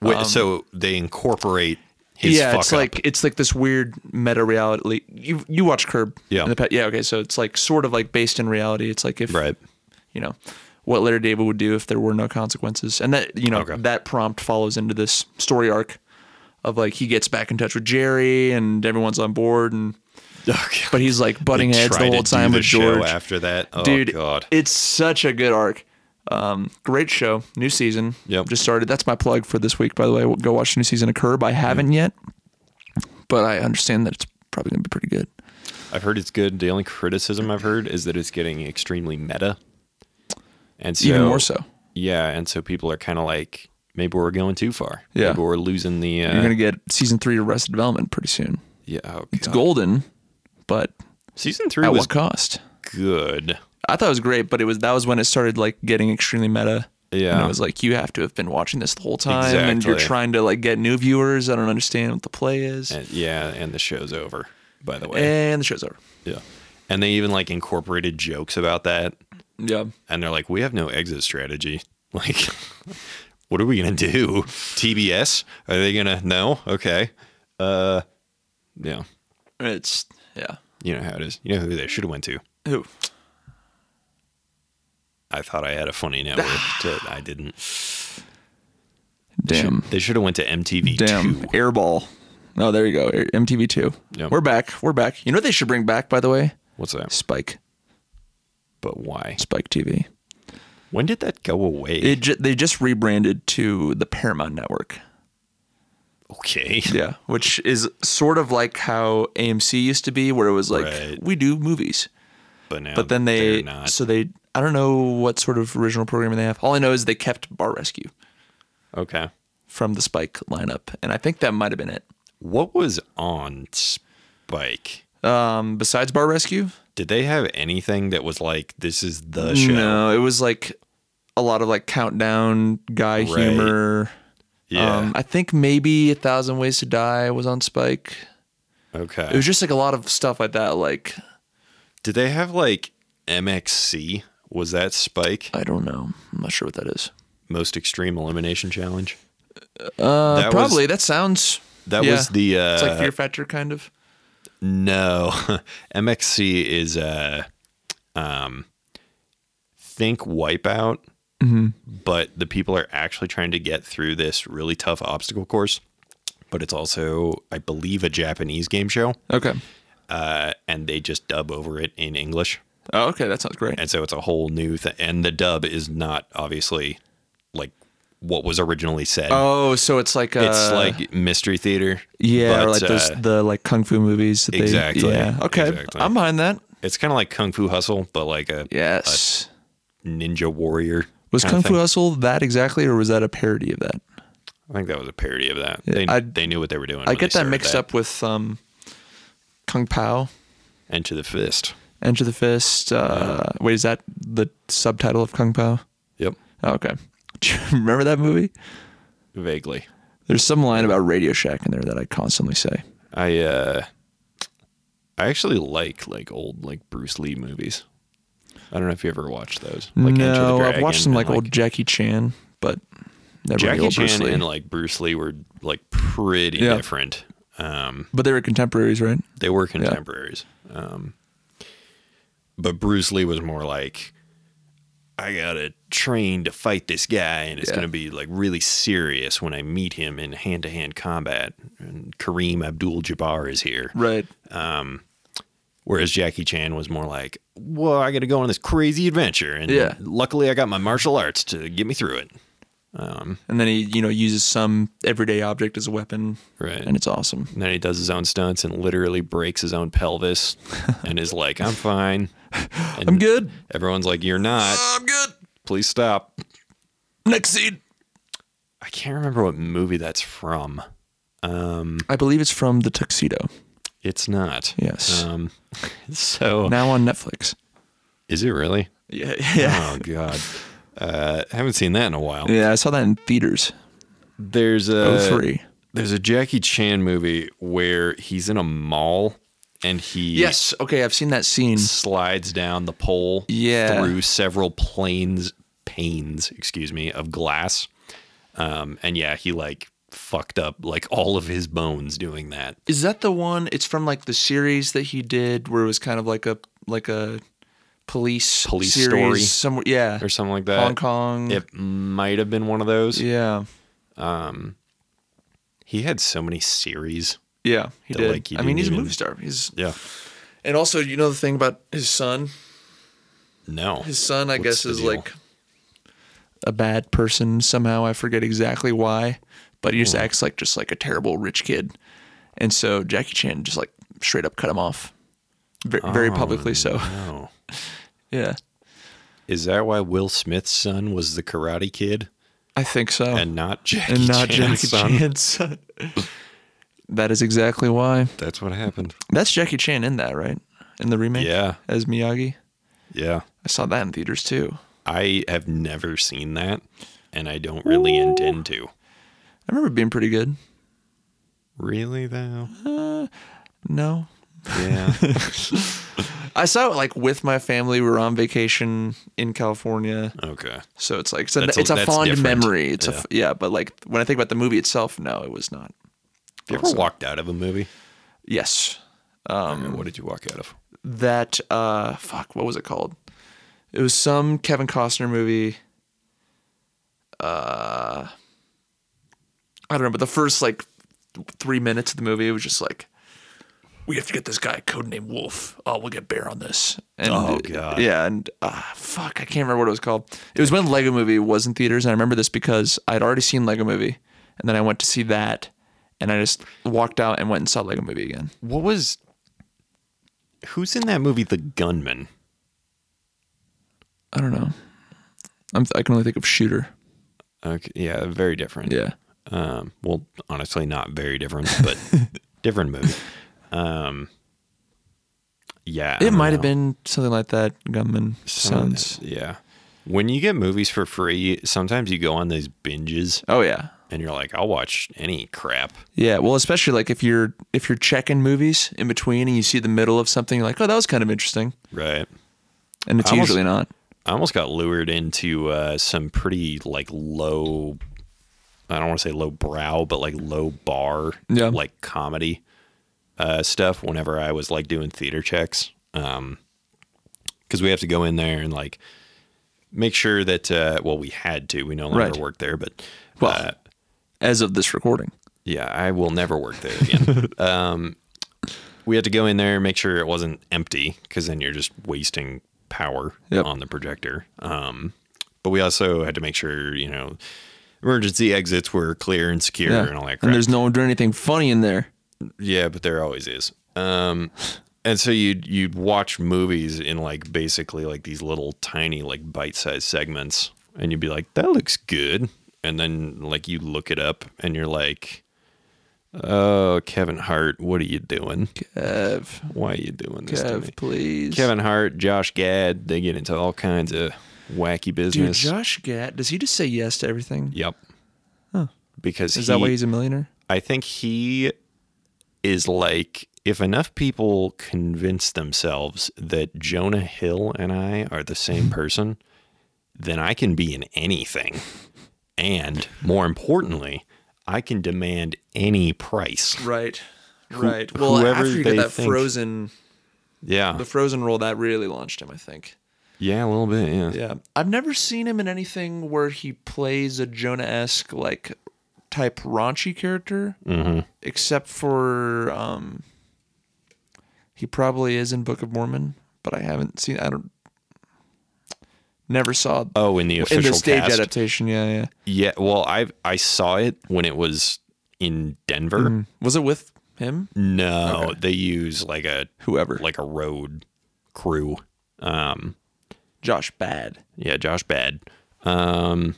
Speaker 1: Wait, so they incorporate his
Speaker 2: um, yeah,
Speaker 1: fuck
Speaker 2: it's
Speaker 1: up.
Speaker 2: like it's like this weird meta reality. You you watch Curb,
Speaker 1: Yeah.
Speaker 2: in the past. yeah, okay. So it's like sort of like based in reality. It's like if
Speaker 1: Right.
Speaker 2: you know what Larry David would do if there were no consequences, and that you know
Speaker 1: Okay.
Speaker 2: that prompt follows into this story arc of like he gets back in touch with Jerry and everyone's on board, and
Speaker 1: Ugh.
Speaker 2: but he's like butting
Speaker 1: They
Speaker 2: heads
Speaker 1: try
Speaker 2: the
Speaker 1: to
Speaker 2: whole
Speaker 1: do
Speaker 2: time
Speaker 1: the
Speaker 2: with
Speaker 1: show
Speaker 2: George.
Speaker 1: After that, oh
Speaker 2: Dude,
Speaker 1: god,
Speaker 2: it's such a good arc. Um, great show, new season.
Speaker 1: Yep.
Speaker 2: just started. That's my plug for this week. By the way, go watch the new season of Curb. I
Speaker 1: Mm.
Speaker 2: haven't yet, but I understand that it's probably gonna be pretty good.
Speaker 1: I've heard it's good. The only criticism I've heard is that it's getting extremely meta, and so
Speaker 2: Even more so.
Speaker 1: Yeah, and so people are kind of like, maybe we're going too far.
Speaker 2: Yeah.
Speaker 1: maybe we're losing the. Uh,
Speaker 2: You're gonna get season three of Arrested Development pretty soon.
Speaker 1: yeah, oh,
Speaker 2: It's
Speaker 1: God.
Speaker 2: golden, but
Speaker 1: Season three
Speaker 2: at
Speaker 1: was
Speaker 2: what cost?
Speaker 1: good.
Speaker 2: I thought it was great, but it was that was when it started like getting extremely meta. and
Speaker 1: Yeah.
Speaker 2: it was like you have to have been watching this the whole time, and you're
Speaker 1: Exactly.
Speaker 2: trying to like get new viewers. I don't understand what the play is, and,
Speaker 1: And, yeah, and the show's over. By the way,
Speaker 2: the show's over.
Speaker 1: yeah, and they even like incorporated jokes about that,
Speaker 2: Yeah,
Speaker 1: and they're like, we have no exit strategy. Like, what are we gonna do? TBS? Are they gonna? No. Okay. Uh, yeah.
Speaker 2: it's yeah.
Speaker 1: You know how it is. You know who they should have went to.
Speaker 2: Who?
Speaker 1: I thought I had a funny network. to, I didn't.
Speaker 2: Damn,
Speaker 1: They should have went to MTV.
Speaker 2: damn.
Speaker 1: Two.
Speaker 2: Airball. Oh, there you go. Air- MTV2.
Speaker 1: Yeah.
Speaker 2: We're back. We're back. You know what they should bring back, by the way?
Speaker 1: What's that?
Speaker 2: Spike.
Speaker 1: But why?
Speaker 2: Spike TV.
Speaker 1: When did that go away?
Speaker 2: It ju- they just rebranded to the Paramount Network.
Speaker 1: okay.
Speaker 2: Yeah, which is sort of like how AMC used to be, where it was like
Speaker 1: Right.
Speaker 2: we do movies,
Speaker 1: But now.
Speaker 2: but then
Speaker 1: they're
Speaker 2: they
Speaker 1: not.
Speaker 2: so they I don't know what sort of original programming they have. All I know is they kept Bar Rescue
Speaker 1: Okay.
Speaker 2: from the Spike lineup, and I think that might have been it.
Speaker 1: What was on Spike?
Speaker 2: Um, besides Bar Rescue,
Speaker 1: Did they have anything that was like this is the show?
Speaker 2: no, um, it was like a lot of like countdown guy
Speaker 1: Right.
Speaker 2: humor.
Speaker 1: Yeah.
Speaker 2: Um, I think maybe A Thousand Ways to Die was on Spike.
Speaker 1: okay.
Speaker 2: It was just like a lot of stuff like that. Like
Speaker 1: Did they have like MXC? Was that Spike
Speaker 2: I don't know, I'm not sure what that is.
Speaker 1: Most Extreme Elimination Challenge?
Speaker 2: Uh,
Speaker 1: That was-
Speaker 2: probably. that sounds.
Speaker 1: That
Speaker 2: yeah.
Speaker 1: was the uh
Speaker 2: It's like Fear Factor, kind of.
Speaker 1: no. MXC is uh um think wipeout,
Speaker 2: Mm-hmm.
Speaker 1: but the people are actually trying to get through this really tough obstacle course. But it's also, I believe, a Japanese game show.
Speaker 2: Okay.
Speaker 1: uh, and they just dub over it in English.
Speaker 2: Oh, okay. That sounds great.
Speaker 1: And so it's a whole new thing. And the dub is not obviously like what was originally said.
Speaker 2: Oh, so it's like a,
Speaker 1: it's like mystery theater.
Speaker 2: yeah, or
Speaker 1: but,
Speaker 2: like those
Speaker 1: uh,
Speaker 2: the like kung fu movies. That
Speaker 1: Exactly,
Speaker 2: They, yeah. Okay.
Speaker 1: exactly.
Speaker 2: I'm behind that.
Speaker 1: it's kind of like Kung Fu Hustle, but like a
Speaker 2: Yes.
Speaker 1: Ninja Warrior.
Speaker 2: was
Speaker 1: kinda
Speaker 2: Kung Fu
Speaker 1: thing.
Speaker 2: Hustle that exactly, or was that a parody of that?
Speaker 1: I think that was a parody of that. They,
Speaker 2: I-
Speaker 1: they knew what they were doing.
Speaker 2: I
Speaker 1: when
Speaker 2: get
Speaker 1: they
Speaker 2: that
Speaker 1: started
Speaker 2: mixed up with um, Kung Pao,
Speaker 1: Enter the Fist.
Speaker 2: Enter the Fist. Uh, Wait, is that the subtitle of Kung Pao?
Speaker 1: Yep.
Speaker 2: Oh, okay. Do you remember that movie?
Speaker 1: Vaguely.
Speaker 2: There's some line about Radio Shack in there that I constantly say.
Speaker 1: I uh I actually like like old like Bruce Lee movies. I don't know if you ever watched those. Like Enter the
Speaker 2: no, I've
Speaker 1: Dragon
Speaker 2: watched some
Speaker 1: and,
Speaker 2: like, old Jackie Chan, but never really
Speaker 1: Jackie
Speaker 2: old Bruce
Speaker 1: Chan
Speaker 2: Lee.
Speaker 1: and like Bruce Lee were like pretty
Speaker 2: Yeah.
Speaker 1: different. Um,
Speaker 2: but they were contemporaries, right?
Speaker 1: they were contemporaries. Um, but Bruce Lee was more like, I gotta train to fight this guy, and it's
Speaker 2: Yeah.
Speaker 1: gonna be like really serious when I meet him in hand to hand combat. And Kareem Abdul Jabbar is here.
Speaker 2: Right.
Speaker 1: Whereas Jackie Chan was more like, well, I gotta go on this crazy adventure, and
Speaker 2: Yeah.
Speaker 1: luckily I got my martial arts to get me through it.
Speaker 2: And then he, you know, uses some everyday object as a weapon,
Speaker 1: Right.
Speaker 2: and it's awesome.
Speaker 1: And then he does his own stunts and literally breaks his own pelvis and is like, I'm fine. And
Speaker 2: I'm good.
Speaker 1: Everyone's like, You're not.
Speaker 2: I'm good.
Speaker 1: Please stop.
Speaker 2: Next scene.
Speaker 1: I can't remember what movie that's from.
Speaker 2: I believe it's from The Tuxedo.
Speaker 1: It's not.
Speaker 2: Yes.
Speaker 1: Um, so,
Speaker 2: Now on Netflix.
Speaker 1: is it really?
Speaker 2: Yeah, yeah,
Speaker 1: Oh, God. Uh, haven't seen that in a while.
Speaker 2: yeah. I saw that in theaters.
Speaker 1: There's a.
Speaker 2: Oh three.
Speaker 1: There's a Jackie Chan movie where he's in a mall and he
Speaker 2: Yes. Okay, I've seen that scene.
Speaker 1: slides down the pole
Speaker 2: Yeah.
Speaker 1: through several planes panes excuse me of glass um and yeah he like fucked up like all of his bones doing that.
Speaker 2: Is that the one? It's from like the series that he did, where it was kind of like a like a police
Speaker 1: Police
Speaker 2: series
Speaker 1: story.
Speaker 2: somewhere. Yeah,
Speaker 1: or something like that.
Speaker 2: Hong Kong.
Speaker 1: It might have been one of those.
Speaker 2: Yeah,
Speaker 1: He had so many series.
Speaker 2: yeah, he
Speaker 1: That,
Speaker 2: did.
Speaker 1: like, you
Speaker 2: I mean,
Speaker 1: didn't
Speaker 2: he's
Speaker 1: even-
Speaker 2: a movie star. He's
Speaker 1: Yeah.
Speaker 2: and also you know the thing about his son.
Speaker 1: No.
Speaker 2: His son, I
Speaker 1: What's
Speaker 2: guess,
Speaker 1: the
Speaker 2: is
Speaker 1: deal?
Speaker 2: like a bad person somehow. I forget exactly why, but he just
Speaker 1: Hmm.
Speaker 2: acts like just like a terrible rich kid, and so Jackie Chan just like straight up cut him off, very, very
Speaker 1: Oh,
Speaker 2: publicly. So
Speaker 1: No.
Speaker 2: yeah,
Speaker 1: Is that why Will Smith's son was the Karate Kid
Speaker 2: I think so.
Speaker 1: and not Jackie
Speaker 2: Oh. and not
Speaker 1: Chan's
Speaker 2: Jackie
Speaker 1: son?
Speaker 2: Chan's. that is exactly why.
Speaker 1: That's what happened.
Speaker 2: That's Jackie Chan in that, right? In the remake?
Speaker 1: Yeah.
Speaker 2: As Miyagi.
Speaker 1: Yeah.
Speaker 2: I saw that in theaters too.
Speaker 1: I have never seen that, and I don't really intend to.
Speaker 2: I remember it being pretty good.
Speaker 1: Really though?
Speaker 2: No.
Speaker 1: Yeah.
Speaker 2: I saw it like with my family. We were on vacation in California.
Speaker 1: okay.
Speaker 2: So it's like it's a,
Speaker 1: That's a-
Speaker 2: it's a
Speaker 1: that's
Speaker 2: fond
Speaker 1: different.
Speaker 2: memory. It's a
Speaker 1: Yeah.
Speaker 2: f yeah, but like when I think about the movie itself, no, it was not.
Speaker 1: Have you ever walked out of a movie?
Speaker 2: Yes.
Speaker 1: And what did you walk out of?
Speaker 2: that uh fuck what was it called it was some kevin costner movie uh i don't know but the first like th- three minutes of the movie it was just like we have to get this guy codename wolf oh we'll get bear on this and
Speaker 1: Oh, God.
Speaker 2: yeah and uh, fuck i can't remember what it was called it was when lego movie was in theaters and i remember this because i'd already seen lego movie and then i went to see that and i just walked out and went and saw lego movie again
Speaker 1: What was? Who's in that movie? The gunman.
Speaker 2: I don't know. I'm I can only think of shooter.
Speaker 1: Okay. Yeah. Very different.
Speaker 2: Yeah.
Speaker 1: Um. Well, honestly, not very different, but different movie. Um. Yeah. I
Speaker 2: It
Speaker 1: don't
Speaker 2: might have
Speaker 1: know.
Speaker 2: been something like that, Gunman
Speaker 1: Some-
Speaker 2: Sons.
Speaker 1: Yeah. When you get movies for free, sometimes you go on these binges
Speaker 2: Oh yeah.
Speaker 1: and you're like, I'll watch any crap.
Speaker 2: Yeah, well, especially like if you're if you're checking movies in between and you see the middle of something, you're like, oh, that was kind of interesting,
Speaker 1: Right.
Speaker 2: and it's
Speaker 1: I almost-
Speaker 2: usually not.
Speaker 1: I almost got lured into uh, some pretty like low. I don't want to say low brow, but like low bar,
Speaker 2: Yeah.
Speaker 1: like comedy uh, stuff. Whenever I was like doing theater checks, because we have to go in there and like make sure that uh, well, we had to. We no longer
Speaker 2: Right.
Speaker 1: work there, but
Speaker 2: Well.
Speaker 1: uh,
Speaker 2: As of this recording,
Speaker 1: yeah, I will never work there again. um, we had to go in there and make sure it wasn't empty because then you're just wasting power
Speaker 2: Yep.
Speaker 1: on the projector. Um, but we also had to make sure, you know, emergency exits were clear and secure
Speaker 2: yeah,
Speaker 1: and all that crap.
Speaker 2: and there's no one doing anything funny in there.
Speaker 1: Yeah, but there always is. Um, and so you'd you'd watch movies in like basically like these little tiny like bite sized segments, and you'd be like, "That looks good," and then like you look it up, and you're like, "Oh, Kevin Hart, what are you doing?
Speaker 2: Kev,
Speaker 1: Why are you doing this to me?"
Speaker 2: Kev, please,
Speaker 1: Kevin Hart, Josh Gad, they get into all kinds of wacky
Speaker 2: Dude,
Speaker 1: business.
Speaker 2: Josh Gad, does he just say yes to everything?
Speaker 1: yep. Because
Speaker 2: Is
Speaker 1: he,
Speaker 2: that why he's a millionaire?
Speaker 1: I think he is like if enough people convince themselves that Jonah Hill and I are the same person, then I can be in anything. And more importantly, I can demand any price.
Speaker 2: Right,
Speaker 1: right. Well, whoever after you got they that think-
Speaker 2: Frozen
Speaker 1: Yeah.
Speaker 2: the Frozen role that really launched him, I think.
Speaker 1: Yeah, a little bit. Yeah.
Speaker 2: Yeah, I've never seen him in anything where he plays a Jonah-esque like type raunchy character,
Speaker 1: Mm-hmm.
Speaker 2: except for um, he probably is in Book of Mormon, but I haven't seen. I don't never saw
Speaker 1: Oh, in the official
Speaker 2: in the stage
Speaker 1: cast.
Speaker 2: adaptation. Yeah, yeah.
Speaker 1: Yeah. Well, I I saw it when it was in Denver.
Speaker 2: Was it with him?
Speaker 1: No, they use like a
Speaker 2: Whoever,
Speaker 1: like a road crew. Um,
Speaker 2: Josh Bad.
Speaker 1: Yeah, Josh Bad. Um,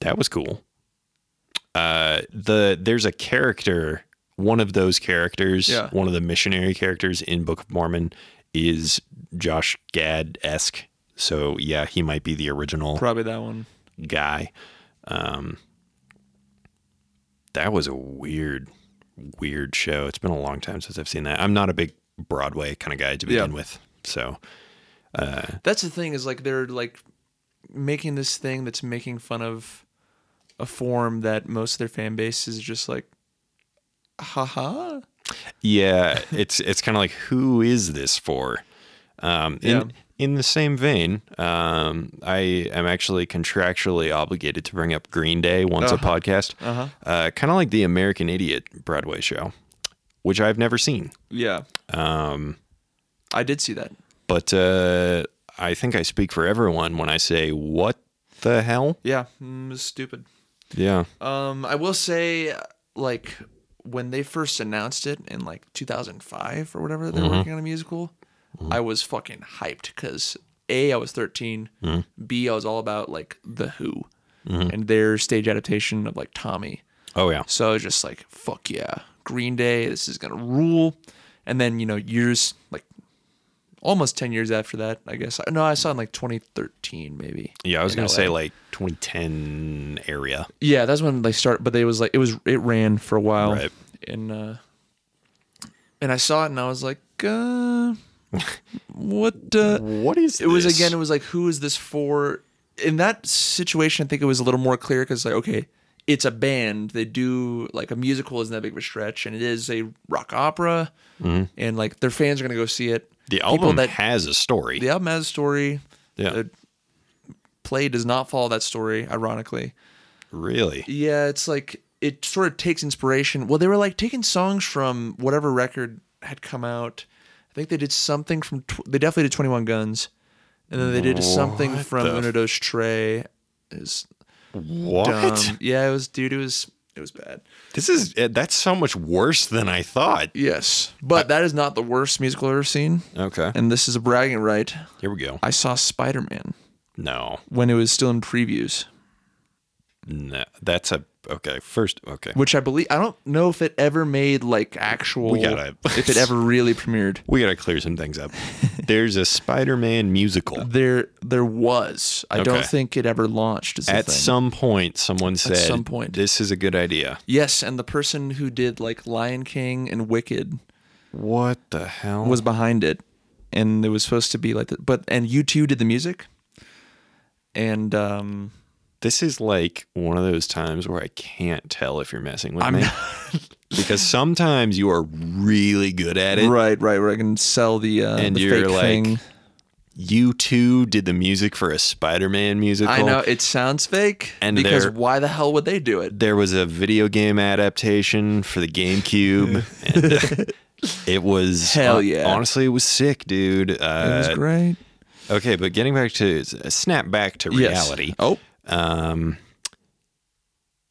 Speaker 1: that was cool. Uh, the there's a character, one of those characters,
Speaker 2: Yeah.
Speaker 1: one of the missionary characters in Book of Mormon is Josh Gad esque. So yeah, he might be the original
Speaker 2: Probably that one.
Speaker 1: guy. Um, that was a weird, weird show. It's been a long time since I've seen that. I'm not a big Broadway kind of guy to begin
Speaker 2: Yeah.
Speaker 1: with, so
Speaker 2: That's the thing is like they're like making this thing that's making fun of a form that most of their fan base is just like, haha.
Speaker 1: Yeah, it's it's kind of like who is this for? Um, in
Speaker 2: Yeah.
Speaker 1: in the same vein, um, I am actually contractually obligated to bring up Green Day once a podcast, uh kind of like the American Idiot Broadway show, which I've never seen,
Speaker 2: Yeah. Um, I did see that.
Speaker 1: but uh, I think I speak for everyone when I say what the hell?
Speaker 2: Yeah, mm, it's stupid.
Speaker 1: Yeah,
Speaker 2: Um, I will say, like, when they first announced it in like 2005 or whatever, that they're working on a musical. I was fucking hyped because a I was 13, b I was all about like the Who and their stage adaptation of like Tommy.
Speaker 1: oh yeah,
Speaker 2: So I was just like, fuck yeah, Green Day, this is gonna rule. And then you know, years like almost 10 years after that, I guess. No, I saw it in like 2013 maybe.
Speaker 1: yeah. I was
Speaker 2: in
Speaker 1: gonna
Speaker 2: LA.
Speaker 1: say like 2010 area.
Speaker 2: Yeah, that's when they start. But they was like it was it ran for a while,
Speaker 1: Right.
Speaker 2: and uh, and I saw it and I was like, uh, what? Uh,
Speaker 1: What is
Speaker 2: it was
Speaker 1: this?
Speaker 2: again. It was like, who is this for? In that situation, I think it was a little more clear because like, okay, it's a band. They do like a musical isn't that big of a stretch, and it is a rock opera, and like their fans are gonna go see it.
Speaker 1: Mm-hmm. The
Speaker 2: People
Speaker 1: album
Speaker 2: that
Speaker 1: has a story.
Speaker 2: the album has a story.
Speaker 1: Yeah.
Speaker 2: The play does not follow that story, ironically.
Speaker 1: Really?
Speaker 2: Yeah, it's like it sort of takes inspiration. Well, they were like taking songs from whatever record had come out. I think they did something from. Tw- they definitely did Twenty One Guns, and then they did something
Speaker 1: What
Speaker 2: from
Speaker 1: the f-
Speaker 2: Uno Dos Tres. It's
Speaker 1: What?
Speaker 2: dumb. Yeah, it was dude. It was it was bad.
Speaker 1: This is eh, that's so much worse than I thought.
Speaker 2: Yes, but that is not the worst musical I've ever seen.
Speaker 1: Okay.
Speaker 2: And this is a bragging right.
Speaker 1: Here we go.
Speaker 2: I saw Spider Man
Speaker 1: No.
Speaker 2: when it was still in previews,
Speaker 1: No. That's a okay. First, okay.
Speaker 2: which I believe I don't know if it ever made like actual.
Speaker 1: We gotta-
Speaker 2: if it ever really premiered.
Speaker 1: We got to clear some things up. There's a Spider-Man musical.
Speaker 2: There, there was. I
Speaker 1: Okay.
Speaker 2: don't think it ever launched. Is the
Speaker 1: At
Speaker 2: thing.
Speaker 1: some point someone said
Speaker 2: some point.
Speaker 1: this is a good idea.
Speaker 2: yes, and the person who did like Lion King and Wicked
Speaker 1: What the hell?
Speaker 2: was behind it, and it was supposed to be like that. But and you two did the music, and um,
Speaker 1: this is like one of those times where I can't tell if you're messing with me. because sometimes you are really good at it.
Speaker 2: right, right, where I can sell the uh,
Speaker 1: And
Speaker 2: the
Speaker 1: you're
Speaker 2: fake
Speaker 1: like,
Speaker 2: thing.
Speaker 1: You too did the music for a Spider-Man musical.
Speaker 2: I know it sounds fake,
Speaker 1: And
Speaker 2: because
Speaker 1: they're-
Speaker 2: why the hell would they do it?
Speaker 1: there was a video game adaptation for the GameCube. and, uh, it was
Speaker 2: Hell
Speaker 1: hon-
Speaker 2: yeah.
Speaker 1: Honestly, it was sick, dude.
Speaker 2: It was
Speaker 1: Uh,
Speaker 2: great.
Speaker 1: okay, but getting back to snap back to
Speaker 2: Yes.
Speaker 1: reality.
Speaker 2: Oh,
Speaker 1: Um,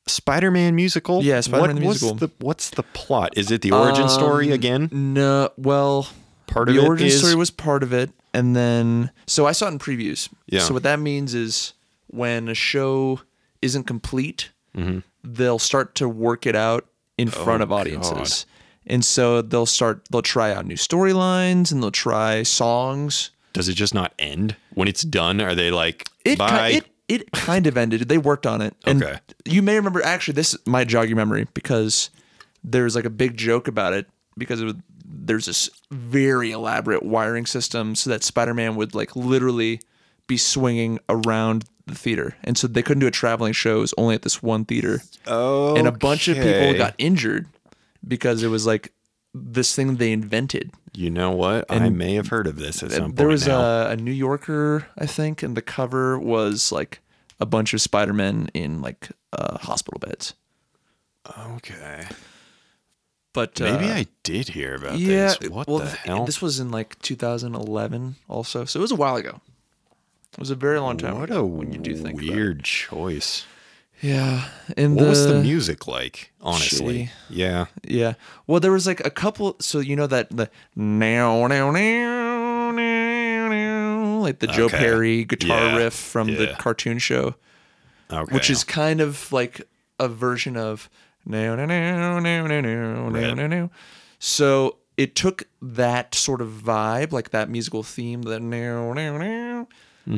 Speaker 1: Spider-Man musical.
Speaker 2: Yeah, Spider-Man
Speaker 1: What-
Speaker 2: musical.
Speaker 1: What's the, what's the plot? Is it the origin story again?
Speaker 2: Um, no. Well,
Speaker 1: Part of
Speaker 2: the
Speaker 1: it
Speaker 2: origin
Speaker 1: is-
Speaker 2: story was part of it, and then so I saw it in previews.
Speaker 1: Yeah.
Speaker 2: So what that means is when a show isn't complete,
Speaker 1: Mm-hmm.
Speaker 2: they'll start to work it out in
Speaker 1: Oh,
Speaker 2: front of audiences, and so they'll start they'll try out new storylines and they'll try songs.
Speaker 1: Does it just not end when it's done? Are they like
Speaker 2: It ki-
Speaker 1: bye?
Speaker 2: it it kind of ended. They worked on it. And
Speaker 1: Okay.
Speaker 2: You may remember actually this might jog your memory because there's like a big joke about it because it, would- there's this very elaborate wiring system so that Spider-Man would like literally be swinging around the theater. And so they couldn't do a traveling show. It was only at this one theater.
Speaker 1: oh,
Speaker 2: And a bunch of people got injured because it was like this thing they invented
Speaker 1: You know what? I may have heard of this at some point.
Speaker 2: there was
Speaker 1: now.
Speaker 2: a, a New Yorker, I think, and the cover was like a bunch of Spider Men in like uh, hospital beds.
Speaker 1: okay.
Speaker 2: But
Speaker 1: Maybe
Speaker 2: uh,
Speaker 1: I did hear about
Speaker 2: yeah,
Speaker 1: this. What
Speaker 2: well,
Speaker 1: the
Speaker 2: th-
Speaker 1: hell?
Speaker 2: This was in like 2011, also, so it was a while ago. It was a very long time.
Speaker 1: what
Speaker 2: ago
Speaker 1: a
Speaker 2: when you do think about it.
Speaker 1: weird choice.
Speaker 2: Yeah, and
Speaker 1: What
Speaker 2: the,
Speaker 1: was the music like? Honestly,
Speaker 2: shitty.
Speaker 1: yeah.
Speaker 2: yeah. Well, there was like a couple. So you know that the now now now now now like the Joe
Speaker 1: Okay.
Speaker 2: Perry guitar
Speaker 1: Yeah.
Speaker 2: riff from the
Speaker 1: Yeah.
Speaker 2: cartoon show.
Speaker 1: Okay.
Speaker 2: which is kind of like a version of no no no no no no no
Speaker 1: Right.
Speaker 2: no no. So it took that sort of vibe, like that musical theme, the no no no.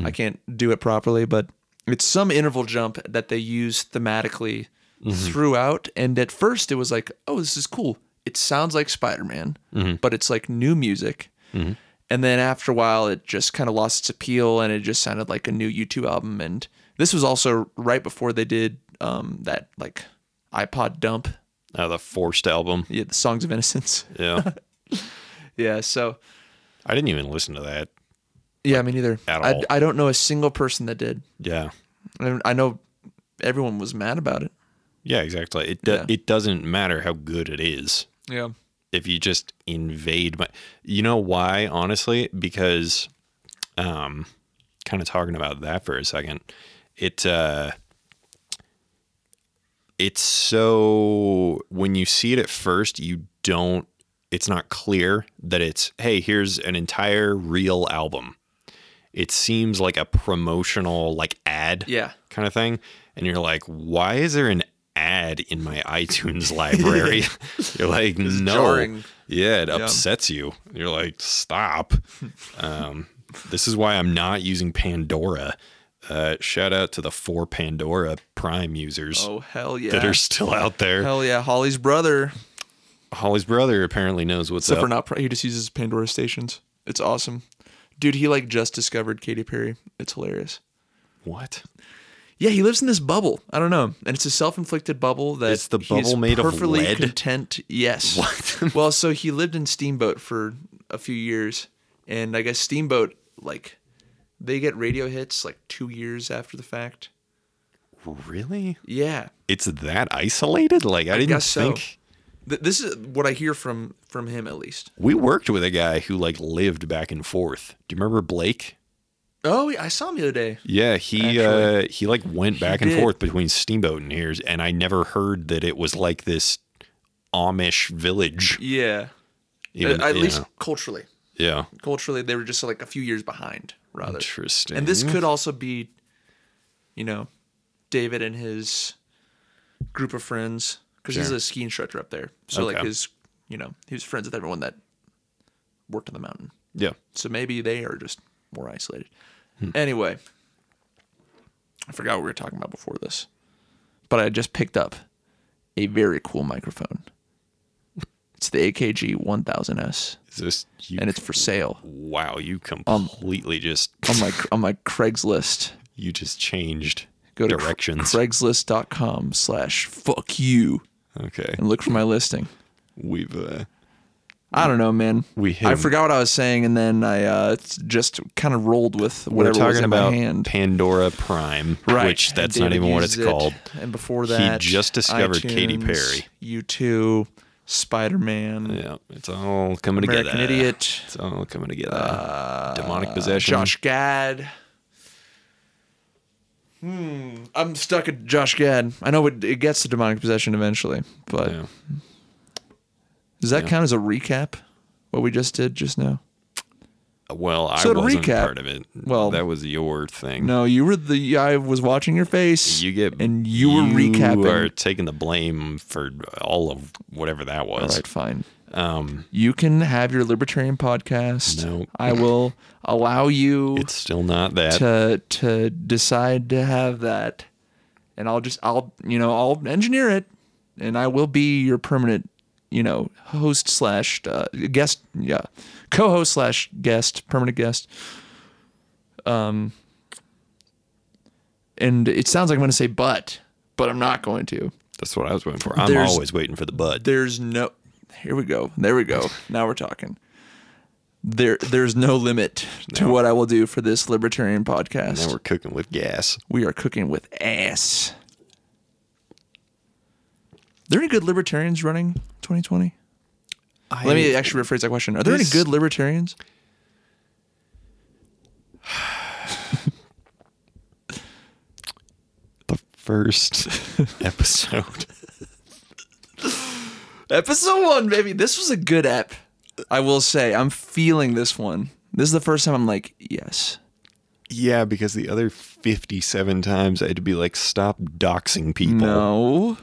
Speaker 2: I can't do it properly, but it's some interval jump that they use thematically throughout. And at first, it was like, oh, this is cool. It sounds like Spider Man, but it's like new music. And then after a while, it just kind of lost its appeal and it just sounded like a new U2 album. And this was also right before they did um, that like iPod dump,
Speaker 1: Oh, the forced album.
Speaker 2: yeah, the Songs of Innocence.
Speaker 1: Yeah.
Speaker 2: Yeah, so
Speaker 1: I didn't even listen to that.
Speaker 2: yeah, me neither.
Speaker 1: At
Speaker 2: I,
Speaker 1: all.
Speaker 2: I don't know a single person that did.
Speaker 1: Yeah.
Speaker 2: I, I know everyone was mad about it.
Speaker 1: Yeah, exactly. It do-
Speaker 2: Yeah.
Speaker 1: it doesn't matter how good it is.
Speaker 2: Yeah,
Speaker 1: if you just invade my you know why honestly because um kind of talking about that for a second it uh it's so when you see it at first you don't it's not clear that it's hey here's an entire real album it seems like a promotional like ad
Speaker 2: yeah,
Speaker 1: kind of thing. And you're like, why is there an ad in my iTunes library? you're like, no.
Speaker 2: jarring.
Speaker 1: Yeah, it upsets you. You're like, stop. um, this is why I'm not using Pandora. Uh, shout out to the four Pandora Prime users
Speaker 2: Oh hell yeah,
Speaker 1: that are still out there.
Speaker 2: hell yeah. Holly's brother,
Speaker 1: Holly's brother apparently knows what's
Speaker 2: except
Speaker 1: up.
Speaker 2: for not. He just uses Pandora stations. It's awesome, dude. He like just discovered Katy Perry. It's hilarious.
Speaker 1: what?
Speaker 2: Yeah, he lives in this bubble. I don't know, and it's a self-inflicted bubble that
Speaker 1: Is the
Speaker 2: he's
Speaker 1: bubble made of
Speaker 2: perfectly
Speaker 1: lead?
Speaker 2: Content, yes. What? well, so he lived in Steamboat for a few years, and I guess Steamboat like they get radio hits like two years after the fact.
Speaker 1: Really?
Speaker 2: Yeah,
Speaker 1: It's that isolated? Like I, didn't
Speaker 2: guess so.
Speaker 1: think
Speaker 2: Th- this is what I hear from from him at least.
Speaker 1: we worked with a guy who like lived back and forth. Do you remember Blake?
Speaker 2: Oh, yeah, I saw him the other day.
Speaker 1: Yeah, he uh,
Speaker 2: Actually.
Speaker 1: he like went back and
Speaker 2: did.
Speaker 1: forth between Steamboat and here, and I never heard that it was like this Amish village.
Speaker 2: Yeah,
Speaker 1: even-
Speaker 2: at
Speaker 1: you
Speaker 2: least
Speaker 1: know.
Speaker 2: culturally.
Speaker 1: yeah,
Speaker 2: Culturally, they were just like a few years behind, rather.
Speaker 1: interesting.
Speaker 2: And this could also be, you know, David and his group of friends, because he's
Speaker 1: Sure.
Speaker 2: a ski instructor up there. So like
Speaker 1: Okay.
Speaker 2: his, you know, he was friends with everyone that worked on the mountain.
Speaker 1: yeah,
Speaker 2: So maybe they are just more isolated.
Speaker 1: Hmm.
Speaker 2: Anyway, I forgot what we were talking about before this, but I just picked up a very cool microphone. It's the AKG 1000S,
Speaker 1: is this you?
Speaker 2: and it's Um, for sale
Speaker 1: wow, you completely just
Speaker 2: on my on my Craigslist.
Speaker 1: you just changed
Speaker 2: Go to cra-
Speaker 1: directions.
Speaker 2: Craigslist.com slash fuck you
Speaker 1: okay,
Speaker 2: and look for my listing.
Speaker 1: we've uh,
Speaker 2: I don't know, man.
Speaker 1: We hit
Speaker 2: I
Speaker 1: him.
Speaker 2: forgot what I was saying, and then I uh, just kind of rolled with
Speaker 1: we're
Speaker 2: whatever was
Speaker 1: talking
Speaker 2: in
Speaker 1: about
Speaker 2: my hand.
Speaker 1: Pandora Prime, which
Speaker 2: And
Speaker 1: that's not
Speaker 2: David
Speaker 1: even what it's
Speaker 2: used it.
Speaker 1: called.
Speaker 2: And before
Speaker 1: He
Speaker 2: that,
Speaker 1: just discovered Katy
Speaker 2: iTunes,
Speaker 1: Perry.
Speaker 2: U2, Spider Man,
Speaker 1: Yeah, it's all coming
Speaker 2: American
Speaker 1: together.
Speaker 2: Idiot, Uh,
Speaker 1: It's all coming together. Demonic possession.
Speaker 2: Josh Gad. Hmm, I'm stuck at Josh Gad. I know it, it gets to demonic possession eventually, but
Speaker 1: Yeah.
Speaker 2: does that count as a recap? What we just did just now?
Speaker 1: Well, I
Speaker 2: So to
Speaker 1: wasn't
Speaker 2: recap-
Speaker 1: part of it.
Speaker 2: well-
Speaker 1: that was your thing.
Speaker 2: No, you were the. I was watching your face.
Speaker 1: you get
Speaker 2: and you were recapping.
Speaker 1: are taking the blame for all of whatever that
Speaker 2: All
Speaker 1: was.
Speaker 2: right, fine.
Speaker 1: Um,
Speaker 2: You can have your libertarian podcast.
Speaker 1: No.
Speaker 2: I will allow you
Speaker 1: it's still not that.
Speaker 2: to to decide to have that, and I'll just I'll you know I'll engineer it, and I will be your permanent you know host slash uh, guest yeah co-host slash guest permanent guest. Um. And it sounds like I'm going to say but, but I'm not going to.
Speaker 1: That's what I was waiting for. I'm
Speaker 2: There's-
Speaker 1: always waiting for the bud.
Speaker 2: there's no here we go there we go now we're talking there there's no limit to what i will do for this libertarian
Speaker 1: Now
Speaker 2: podcast
Speaker 1: we're cooking with gas.
Speaker 2: we are cooking with ass there any good libertarians running 2020
Speaker 1: I,
Speaker 2: let me actually rephrase that question are there
Speaker 1: This-
Speaker 2: any good libertarians
Speaker 1: the first episode.
Speaker 2: episode one baby this was a good ep i will say i'm feeling this one this is the first time i'm like yes
Speaker 1: Yeah, because the other 57 times I had to be like, stop doxing people.
Speaker 2: no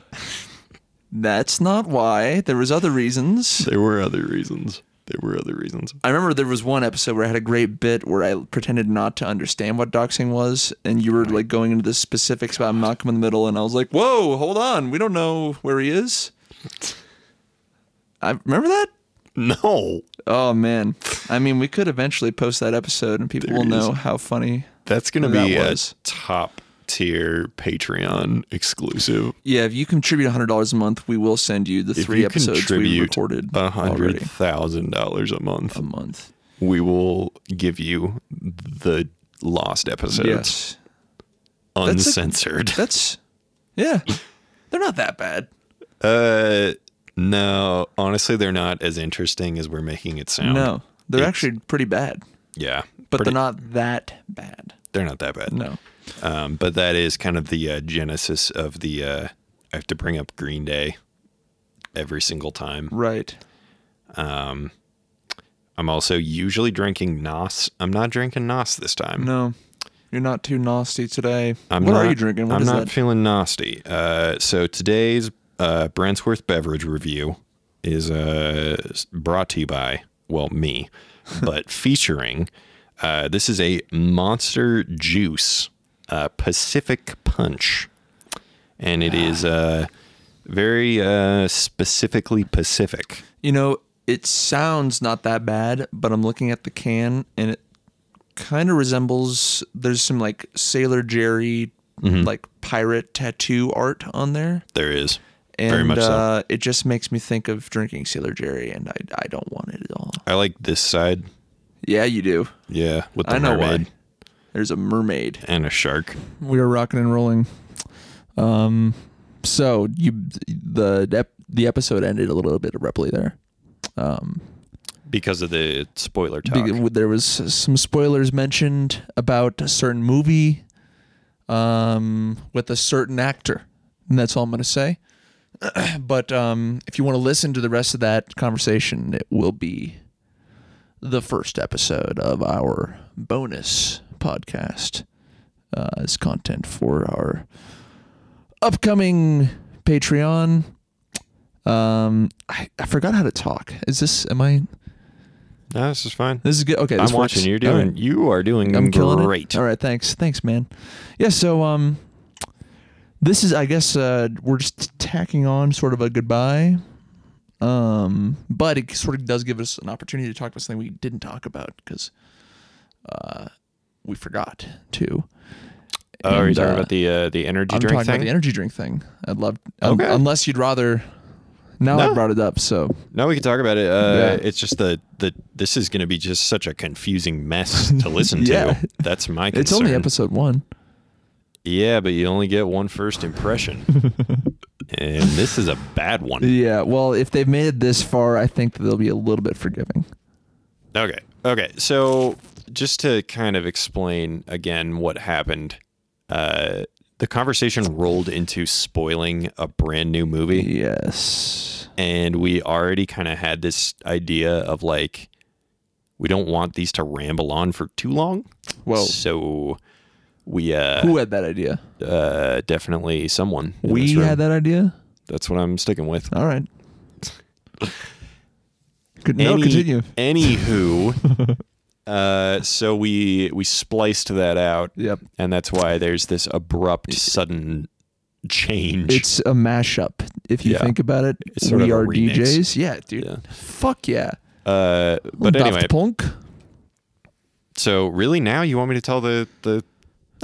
Speaker 2: that's not why there was other reasons
Speaker 1: There were other reasons. There were other reasons.
Speaker 2: I remember there was one episode where I had a great bit where I pretended not to understand what doxing was, and you were like going into the specifics about Malcolm in the Middle, and I was like, "Whoa, hold on, we don't know where he is." I remember that.
Speaker 1: No,
Speaker 2: Oh man, I mean, we could eventually post that episode, and people will
Speaker 1: he is.
Speaker 2: know how funny.
Speaker 1: that's going to
Speaker 2: That
Speaker 1: be a
Speaker 2: was-
Speaker 1: top tier Patreon exclusive.
Speaker 2: Yeah, if you contribute hundred dollars a month, we will send you the
Speaker 1: If
Speaker 2: three
Speaker 1: you
Speaker 2: episodes we
Speaker 1: contribute
Speaker 2: recorded
Speaker 1: a
Speaker 2: already Um,
Speaker 1: hundred thousand dollars a month,
Speaker 2: a month.
Speaker 1: we will give you the lost episodes
Speaker 2: Yes, that's a-
Speaker 1: uncensored.
Speaker 2: that's yeah. They're not that bad.
Speaker 1: uh, no, honestly, they're not as interesting as we're making it sound.
Speaker 2: No, they're
Speaker 1: It's-
Speaker 2: actually pretty bad,
Speaker 1: yeah,
Speaker 2: but
Speaker 1: pretty-
Speaker 2: they're not that bad.
Speaker 1: they're not that bad.
Speaker 2: No.
Speaker 1: Um, but that is kind of the uh, genesis of the. Uh, I have to bring up Green Day every single time.
Speaker 2: Right.
Speaker 1: I'm also usually drinking Nos. I'm not drinking Nos this time.
Speaker 2: No. You're not too nasty today.
Speaker 1: I'm
Speaker 2: what are
Speaker 1: not-
Speaker 2: you drinking? What
Speaker 1: I'm
Speaker 2: is
Speaker 1: not
Speaker 2: that?
Speaker 1: feeling nasty. Uh, so today's uh, Brandsworth beverage review is uh, brought to you by, well, me, but featuring. Uh, this is a Monster Juice uh, Pacific Punch, and it
Speaker 2: Ah.
Speaker 1: is uh, very uh, specifically Pacific.
Speaker 2: you know, it sounds not that bad, but I'm looking at the can and it kind of resembles there's some like Sailor Jerry
Speaker 1: Mm-hmm.
Speaker 2: like pirate tattoo art on there.
Speaker 1: There is
Speaker 2: And
Speaker 1: very much so.
Speaker 2: uh, it just makes me think of drinking Sailor Jerry and I, I don't want it at all.
Speaker 1: I like this side.
Speaker 2: Yeah, you do.
Speaker 1: Yeah, with the
Speaker 2: I know
Speaker 1: mermaid
Speaker 2: why. There's a mermaid.
Speaker 1: and a shark.
Speaker 2: we are rocking and rolling. Um, so you the ep- the episode ended a little bit abruptly there. Um,
Speaker 1: Because of the spoiler talk.
Speaker 2: be- there was some spoilers mentioned about a certain movie, um, with a certain actor, and that's all I'm gonna say. but um, if you want to listen to the rest of that conversation, it will be the first episode of our bonus podcast uh, as content for our upcoming Patreon. Um, I, I forgot how to talk. Is this? Am I?
Speaker 1: no, this is fine.
Speaker 2: This is good. Okay, this
Speaker 1: I'm
Speaker 2: works.
Speaker 1: watching. You're
Speaker 2: All
Speaker 1: doing.
Speaker 2: right.
Speaker 1: You are doing.
Speaker 2: I'm killing
Speaker 1: great.
Speaker 2: it. All right, thanks, thanks, man. Yeah. So, um, this is, I guess, uh, we're just tacking on sort of a goodbye. Um, but it sort of does give us an opportunity to talk about something we didn't talk about because, uh, we forgot to.
Speaker 1: Oh, are you
Speaker 2: And,
Speaker 1: talking
Speaker 2: uh,
Speaker 1: about the uh, the energy
Speaker 2: I'm
Speaker 1: drink
Speaker 2: talking
Speaker 1: thing?
Speaker 2: about the energy drink thing. I'd love, um,
Speaker 1: Okay.
Speaker 2: unless you'd rather. Now I
Speaker 1: No.
Speaker 2: brought it up, so
Speaker 1: no, we can talk about it. Uh,
Speaker 2: Yeah.
Speaker 1: It's just the the this is going to be just such a confusing mess to listen
Speaker 2: Yeah.
Speaker 1: to. That's my concern.
Speaker 2: it's only episode one.
Speaker 1: Yeah, but you only get one first impression, and this is a bad one.
Speaker 2: Yeah, well, if they've made it this far, I think that they'll be a little bit forgiving.
Speaker 1: Okay. Okay. So just to kind of explain again what happened, uh, the conversation rolled into spoiling a brand new movie.
Speaker 2: Yes.
Speaker 1: and we already kind of had this idea of like we don't want these to ramble on for too long
Speaker 2: Well,
Speaker 1: so we uh,
Speaker 2: who had that idea?
Speaker 1: uh definitely someone in
Speaker 2: We
Speaker 1: this room.
Speaker 2: had that idea.
Speaker 1: that's what i'm sticking with
Speaker 2: All right. Good. No, continue.
Speaker 1: anywho uh so we we spliced that out
Speaker 2: Yep.
Speaker 1: and that's why there's this abrupt sudden change
Speaker 2: It's a mashup. If you
Speaker 1: Yeah.
Speaker 2: think about it,
Speaker 1: It's sort
Speaker 2: we
Speaker 1: of a
Speaker 2: are
Speaker 1: remix.
Speaker 2: DJs. Yeah, dude.
Speaker 1: Yeah.
Speaker 2: Fuck yeah.
Speaker 1: uh but
Speaker 2: Daft
Speaker 1: anyway
Speaker 2: Punk.
Speaker 1: so really now you want me to tell the the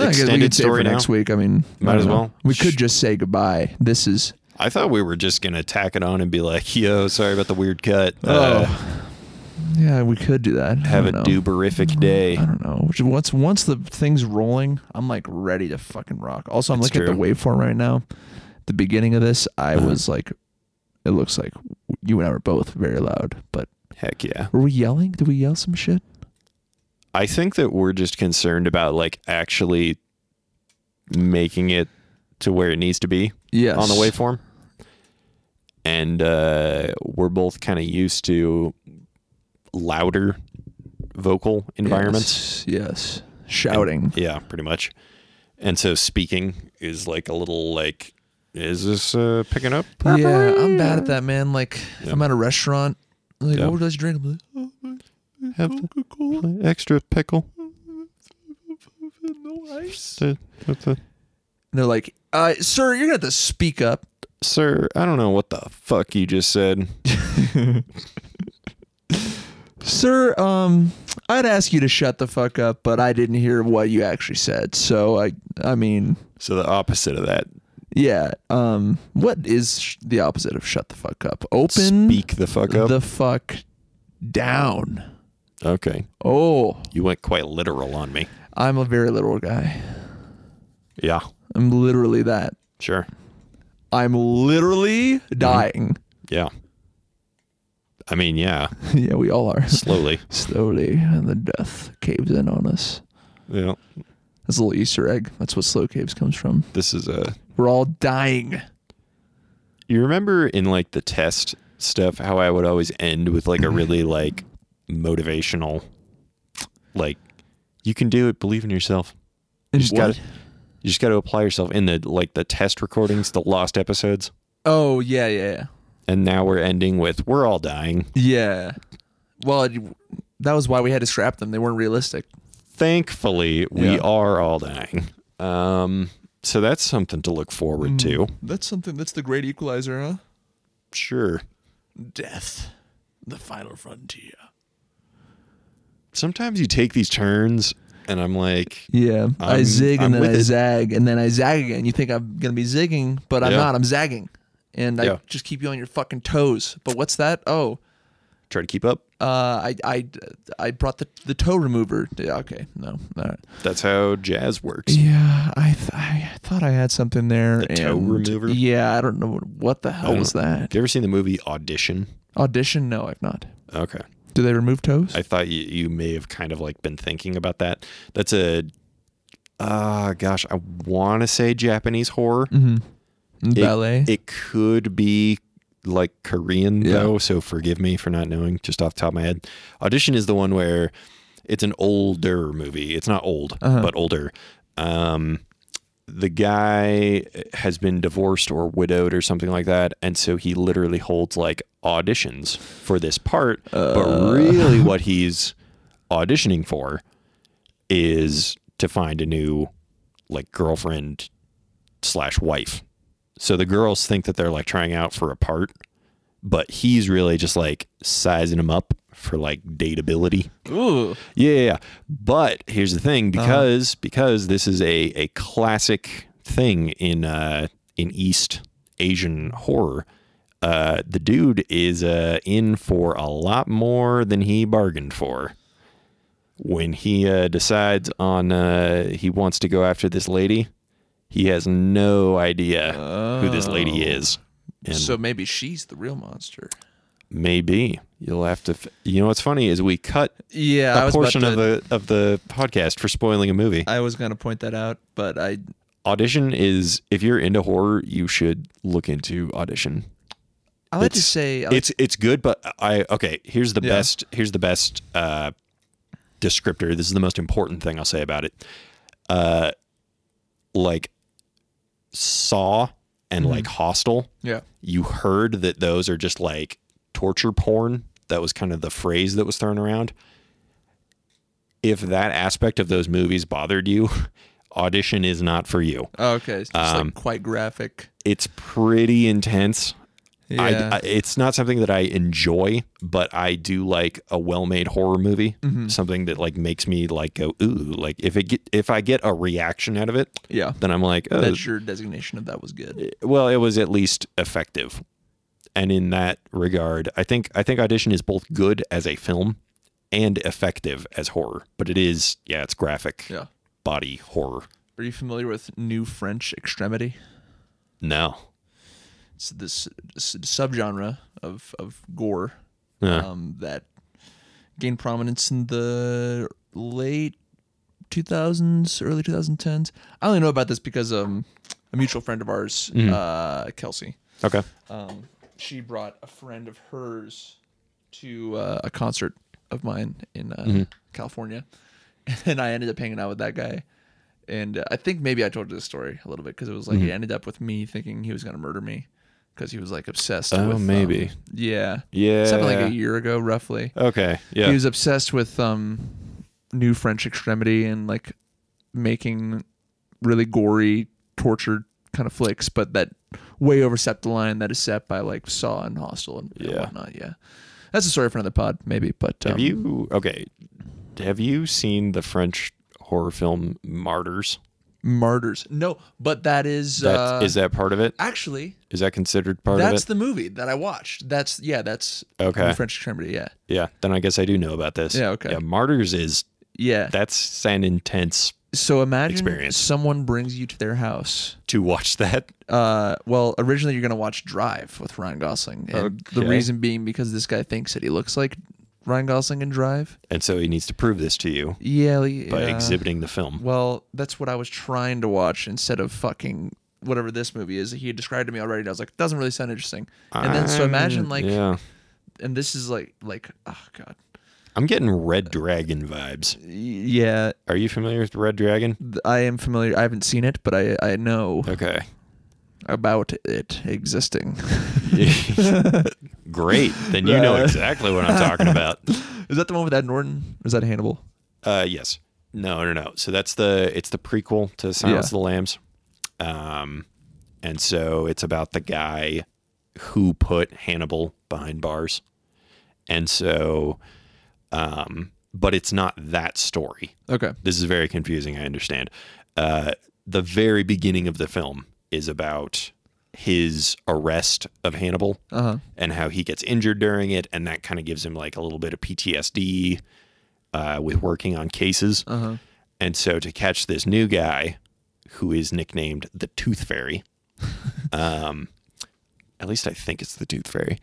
Speaker 2: I guess we
Speaker 1: extended
Speaker 2: could save
Speaker 1: story
Speaker 2: for
Speaker 1: now?
Speaker 2: next week. I mean,
Speaker 1: Might
Speaker 2: I don't
Speaker 1: as
Speaker 2: know.
Speaker 1: well.
Speaker 2: We could just say goodbye. This is.
Speaker 1: I thought we were just gonna tack it on and be like, "Yo, sorry about the weird cut. Uh,
Speaker 2: oh. Yeah, we could do that.
Speaker 1: have
Speaker 2: I
Speaker 1: a
Speaker 2: don't know.
Speaker 1: duberific day."
Speaker 2: I don't know. Which- Once once the thing's rolling, I'm like ready to fucking rock. Also, I'm
Speaker 1: It's
Speaker 2: looking at the
Speaker 1: true.
Speaker 2: waveform right now. The beginning of this, I
Speaker 1: Uh-huh.
Speaker 2: was like, it looks like you and I were both very loud. But
Speaker 1: Heck yeah!
Speaker 2: were we yelling? Did we yell some shit?
Speaker 1: I think that we're just concerned about like actually making it to where it needs to be
Speaker 2: Yes.
Speaker 1: on the waveform, and uh, we're both kind of used to louder vocal environments.
Speaker 2: Yes. Shouting.
Speaker 1: Yeah, pretty much. And so speaking is like a little like, is this uh, picking up?
Speaker 2: yeah, I'm bad at that, man. Like if I'm at a restaurant, like
Speaker 1: Yeah.
Speaker 2: what would I drink? I'm like, oh,
Speaker 1: Have the extra pickle.
Speaker 2: no ice.
Speaker 1: Sir,
Speaker 2: And they're like, uh, sir, you're gonna have to speak up.
Speaker 1: I don't know what the fuck you just said.
Speaker 2: Sir, um, I'd ask you to shut the fuck up, but I didn't hear what you actually said. So I, I mean,
Speaker 1: So the opposite of that.
Speaker 2: Yeah. Um. What is sh- the opposite of shut the fuck up? Open
Speaker 1: Speak the fuck up.
Speaker 2: the fuck down.
Speaker 1: okay.
Speaker 2: Oh,
Speaker 1: You went quite literal on me.
Speaker 2: I'm a very literal guy.
Speaker 1: Yeah.
Speaker 2: I'm literally that.
Speaker 1: Sure.
Speaker 2: I'm literally
Speaker 1: Mm-hmm.
Speaker 2: dying.
Speaker 1: Yeah. I mean, yeah.
Speaker 2: yeah, we all are.
Speaker 1: Slowly.
Speaker 2: Slowly, and the death caves in on us.
Speaker 1: yeah.
Speaker 2: That's a little Easter egg. That's what slow caves comes from.
Speaker 1: This is a.
Speaker 2: We're all dying.
Speaker 1: You remember in like the test stuff how I would always end with like a really like motivational, like, you can do it. Believe in yourself. You just got. to You just got to apply yourself in the like the test recordings, the lost episodes,
Speaker 2: Oh yeah, yeah, yeah.
Speaker 1: and now we're ending with "We're all dying."
Speaker 2: Yeah. Well, it, that was why we had to scrap them. They weren't realistic.
Speaker 1: Thankfully, we
Speaker 2: Yeah.
Speaker 1: are all dying. Um, so that's something to look forward
Speaker 2: Mm.
Speaker 1: to.
Speaker 2: That's something. That's the great equalizer, huh?
Speaker 1: Sure.
Speaker 2: Death, the final frontier.
Speaker 1: Sometimes you take these turns, and I'm like,
Speaker 2: Yeah, i
Speaker 1: I'm-
Speaker 2: zig
Speaker 1: I'm
Speaker 2: and then
Speaker 1: with
Speaker 2: I
Speaker 1: it.
Speaker 2: zag and then I zag again. You think I'm gonna be zigging, but I'm
Speaker 1: Yeah.
Speaker 2: not. I'm zagging, and
Speaker 1: Yeah.
Speaker 2: I just keep you on your fucking toes. But what's that? Oh,
Speaker 1: try to keep up.
Speaker 2: uh, I I I brought the the toe remover. Yeah, okay, no, all right.
Speaker 1: That's how jazz works.
Speaker 2: Yeah, I th- I thought I had something there.
Speaker 1: The toe
Speaker 2: and-
Speaker 1: remover?
Speaker 2: Yeah, I don't know what, what the hell was that.
Speaker 1: You ever seen the movie Audition?
Speaker 2: Audition? No, I've not.
Speaker 1: Okay.
Speaker 2: Do they remove toes?
Speaker 1: I thought you, you may have kind of like been thinking about that. That's a, uh, gosh, I want to say Japanese horror. It-
Speaker 2: Ballet.
Speaker 1: It could be like Korean though, so forgive me for not knowing just off the top of my head. Audition is the one where it's an older movie. It's not old, but older. Um the guy has been divorced or widowed or something like that, and so he literally holds like auditions for this part, but really what he's auditioning for is to find a new like girlfriend slash wife. So the girls think that they're like trying out for a part, but he's really just like sizing them up for like dateability.
Speaker 3: Ooh.
Speaker 1: Yeah, yeah, yeah. But here's the thing, because because this is a a classic thing in uh in East Asian horror, uh the dude is uh in for a lot more than he bargained for. When he uh, decides on uh he wants to go after this lady, he has no idea who this lady is. And
Speaker 3: So maybe she's the real monster.
Speaker 1: maybe you'll have to. F- you know what's funny is we cut
Speaker 2: yeah, I
Speaker 1: a
Speaker 2: was
Speaker 1: portion
Speaker 2: about
Speaker 1: of
Speaker 2: to,
Speaker 1: the of the podcast for spoiling a movie.
Speaker 2: I was gonna point that out, but I
Speaker 1: Audition is if you're into horror, you should look into Audition.
Speaker 2: I like to
Speaker 1: It's-
Speaker 2: say I like-
Speaker 1: It's it's good, but I okay. Here's the best. Here's the best uh, descriptor. This is the most important thing I'll say about it. Uh, like Saw and like Hostel.
Speaker 3: Yeah.
Speaker 1: you heard that those are just like torture porn. That was kind of the phrase that was thrown around. If that aspect of those movies bothered you, audition is not for you.
Speaker 2: oh, okay, it's just
Speaker 1: um,
Speaker 2: like quite graphic.
Speaker 1: It's pretty intense. I-
Speaker 2: Yeah.
Speaker 1: I, it's not something that I enjoy, but I do like a well-made horror movie. Something that like makes me like go ooh. Like if it get, if I get a reaction out of it,
Speaker 2: yeah,
Speaker 1: then I'm like, oh,
Speaker 2: that's your designation of that was good.
Speaker 1: well, it was at least effective. And in that regard, I think I think Audition is both good as a film and effective as horror. But it is, yeah, it's graphic
Speaker 2: Yeah.
Speaker 1: body horror.
Speaker 2: Are you familiar with New French Extremity?
Speaker 1: No.
Speaker 2: It's this, s subgenre of of gore
Speaker 1: Uh,
Speaker 2: um, that gained prominence in the late 2000s, early 2010s. I only know about this because um, a mutual friend of ours,
Speaker 1: Mm-hmm.
Speaker 2: uh, Kelsey,
Speaker 1: okay.
Speaker 2: um, she brought a friend of hers to uh, a concert of mine in uh,
Speaker 1: Mm-hmm.
Speaker 2: California, and I ended up hanging out with that guy. And uh, I think maybe I told you this story a little bit because it was like
Speaker 1: Mm-hmm.
Speaker 2: he ended up with me thinking he was gonna murder me because he was like obsessed.
Speaker 1: Oh,
Speaker 2: with, um,
Speaker 1: maybe.
Speaker 2: yeah,
Speaker 1: Yeah.
Speaker 2: something like a year ago, roughly.
Speaker 1: Okay. Yeah.
Speaker 2: He was obsessed with um, new French extremity and like making really gory, tortured kind of flicks, but that way overstepped the line that is set by like Saw and Hostel and, and
Speaker 1: Yeah.
Speaker 2: whatnot. Yeah, that's a story for another pod, maybe. But um,
Speaker 1: Have you okay? Have you seen the French horror film Martyrs?
Speaker 2: martyrs. No, but that is
Speaker 1: That,
Speaker 2: uh,
Speaker 1: is that part of it?
Speaker 2: actually
Speaker 1: Is that considered part of
Speaker 2: that's
Speaker 1: it?
Speaker 2: the movie that I watched. That's yeah, that's
Speaker 1: Okay.
Speaker 2: the French Extremity. Yeah,
Speaker 1: yeah. Then I guess I do know about this.
Speaker 2: Yeah, okay.
Speaker 1: Yeah. Martyrs is
Speaker 2: yeah.
Speaker 1: that's an intense
Speaker 2: so imagine
Speaker 1: experience.
Speaker 2: someone brings you to their house.
Speaker 1: to watch that.
Speaker 2: Uh, well, originally you're gonna watch Drive with Ryan Gosling, and the
Speaker 1: Okay.
Speaker 2: reason being because this guy thinks that he looks like Ryan Gosling in Drive.
Speaker 1: And so he needs to prove this to you
Speaker 2: Yeah,
Speaker 1: by
Speaker 2: yeah.
Speaker 1: exhibiting the film.
Speaker 2: Well, that's what I was trying to watch instead of fucking whatever this movie is. He had described to me already. And I was like, doesn't really sound interesting. And then so
Speaker 1: I'm-
Speaker 2: imagine like,
Speaker 1: Ah, yeah.
Speaker 2: and this is like like oh god,
Speaker 1: I'm getting Red Dragon vibes.
Speaker 2: yeah.
Speaker 1: Are you familiar with Red Dragon?
Speaker 2: th- I am familiar. I haven't seen it, but I I know
Speaker 1: Okay.
Speaker 2: about it existing.
Speaker 1: Great. Then you know exactly what I'm talking about.
Speaker 2: is that the one with Ed Norton? Or is that Hannibal?
Speaker 1: Uh, yes. No, no, no. So that's the it's the prequel to Silence of the Lambs. Um, and so it's about the guy who put Hannibal behind bars. And so um, but it's not that story.
Speaker 2: Okay.
Speaker 1: This is very confusing, I understand. Uh, the very beginning of the film is about his arrest of Hannibal
Speaker 2: Uh-huh.
Speaker 1: and how he gets injured during it, and that kind of gives him like a little bit of PTSD uh, with working on cases. And so to catch this new guy, who is nicknamed the Tooth Fairy, um, at least I think it's the Tooth Fairy.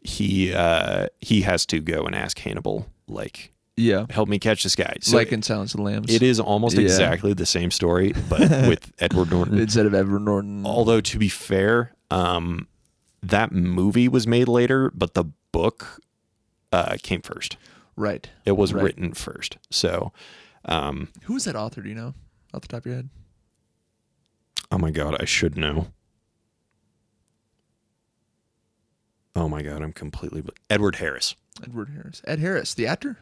Speaker 1: He uh, he has to go and ask Hannibal like,
Speaker 2: Yeah.
Speaker 1: "Help me catch this guy." So
Speaker 2: like in Silence of the Lambs.
Speaker 1: it is almost
Speaker 2: Yeah.
Speaker 1: exactly the same story, but with Edward Norton.
Speaker 2: instead of Edward Norton.
Speaker 1: Although to be fair, um, that movie was made later, but the book uh, came first.
Speaker 2: Right.
Speaker 1: It was
Speaker 2: Right.
Speaker 1: written first. So, um,
Speaker 2: Who is that author? Do you know off the top of your head?
Speaker 1: oh my god, I should know. Oh my god, I'm completely bl- Edward Harris.
Speaker 2: Edward Harris. Ed Harris, the actor,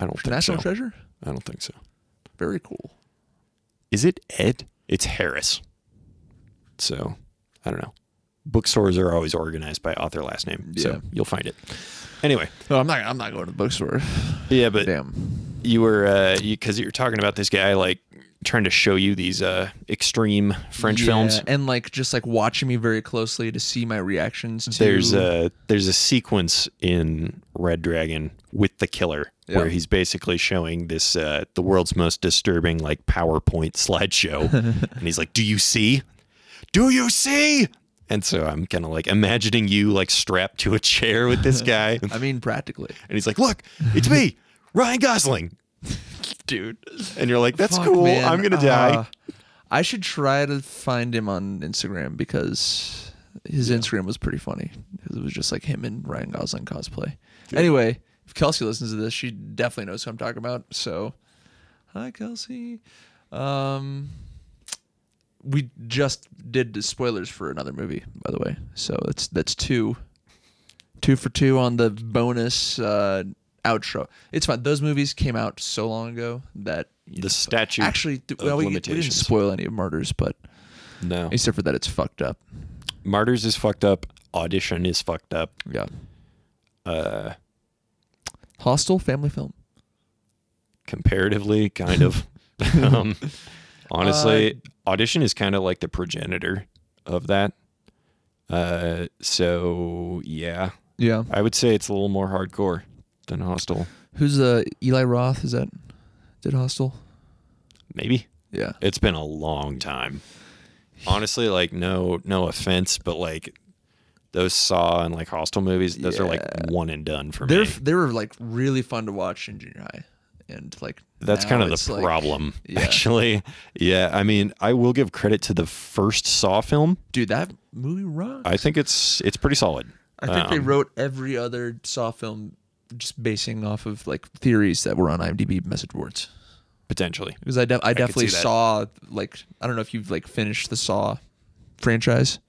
Speaker 1: I don't think so.
Speaker 2: National Treasure.
Speaker 1: I don't think so.
Speaker 2: Very cool.
Speaker 1: Is it Ed? It's Harris. So, I don't know. Bookstores are always organized by author last name,
Speaker 2: Yeah.
Speaker 1: so you'll find it. Anyway,
Speaker 2: No, I'm not. I'm not going to the bookstore.
Speaker 1: yeah, but
Speaker 2: Damn.
Speaker 1: you were uh you because you, were talking about this guy like trying to show you these uh extreme french
Speaker 2: Yeah,
Speaker 1: films
Speaker 2: and like just like watching me very closely to see my reactions to.
Speaker 1: there's a there's a sequence in red dragon with the killer where he's basically showing this uh the world's most disturbing like powerpoint slideshow and he's like do you see do you see and so i'm kind of like imagining you like strapped to a chair with this guy
Speaker 2: I mean, practically,
Speaker 1: and he's like look it's me ryan gosling
Speaker 2: dude.
Speaker 1: and you're like that's
Speaker 2: Fuck,
Speaker 1: cool
Speaker 2: man.
Speaker 1: i'm gonna
Speaker 2: Uh,
Speaker 1: die
Speaker 2: I should try to find him on Instagram because his Instagram was pretty funny. It was just like him and Ryan Gosling cosplay. Anyway, if Kelsey listens to this, she definitely knows who I'm talking about. So, hi Kelsey. Um, we just did the spoilers for another movie, by the way. So that's that's two, two for two on the bonus uh, outro. It's fine. Those movies came out so long ago that
Speaker 1: the statue
Speaker 2: actually th-
Speaker 1: of
Speaker 2: well, we, we didn't
Speaker 1: limitations.
Speaker 2: spoil any of martyrs but
Speaker 1: no
Speaker 2: except for that it's fucked up
Speaker 1: martyrs is fucked up audition is fucked up Uh,
Speaker 2: yeah uh hostile family film
Speaker 1: comparatively kind of um, honestly
Speaker 2: Uh,
Speaker 1: audition is kind of like the progenitor of that uh so yeah
Speaker 2: yeah
Speaker 1: i would say it's a little more hardcore than hostile
Speaker 2: who's uh eli roth is that did hostile
Speaker 1: maybe
Speaker 2: yeah
Speaker 1: it's been a long time honestly like no no offense but like those saw and like hostile movies those are like one and done for
Speaker 2: they're
Speaker 1: me
Speaker 2: they were like really fun to watch in junior high and like
Speaker 1: That's
Speaker 2: now
Speaker 1: kind of
Speaker 2: it's,
Speaker 1: the
Speaker 2: like-
Speaker 1: problem,
Speaker 2: yeah.
Speaker 1: actually. Yeah, I mean, I will give credit to the first Saw film.
Speaker 2: dude that movie rocks
Speaker 1: I think um, it's it's pretty solid.
Speaker 2: I think they wrote every other saw film just basing off of like theories that were on imdb message boards
Speaker 1: Potentially,
Speaker 2: because I, def- I definitely
Speaker 1: that.
Speaker 2: saw like I don't know if you've like finished the Saw franchise.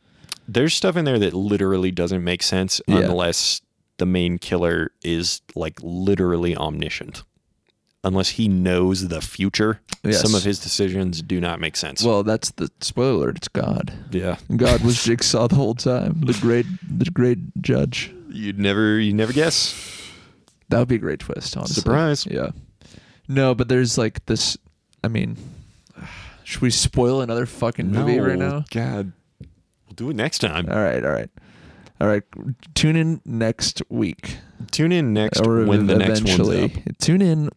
Speaker 1: there's stuff in there that literally doesn't make sense
Speaker 2: Yeah.
Speaker 1: unless the main killer is like literally omniscient. Unless he knows the future,
Speaker 2: Yes.
Speaker 1: some of his decisions do not make sense.
Speaker 2: Well, that's the spoiler alert. It's God.
Speaker 1: yeah,
Speaker 2: God was Jigsaw the whole time. The great, the great judge.
Speaker 1: you'd never you never guess.
Speaker 2: That would be a great twist. Honestly,
Speaker 1: Surprise.
Speaker 2: Yeah. No, but there's like this. I mean, Should we spoil another fucking movie right now?
Speaker 1: God, we'll do it next time.
Speaker 2: All right, all right, all right. Tune in next week
Speaker 1: Tune in next
Speaker 2: or
Speaker 1: when the next one's
Speaker 2: eventually.
Speaker 1: up.
Speaker 2: Tune in,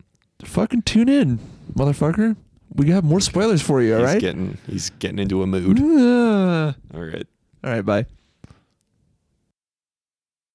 Speaker 2: fucking tune in, motherfucker. We have more spoilers for you. All
Speaker 1: He's
Speaker 2: right.
Speaker 1: getting he's getting into a mood.
Speaker 2: Ah.
Speaker 1: All right.
Speaker 2: all right. Bye.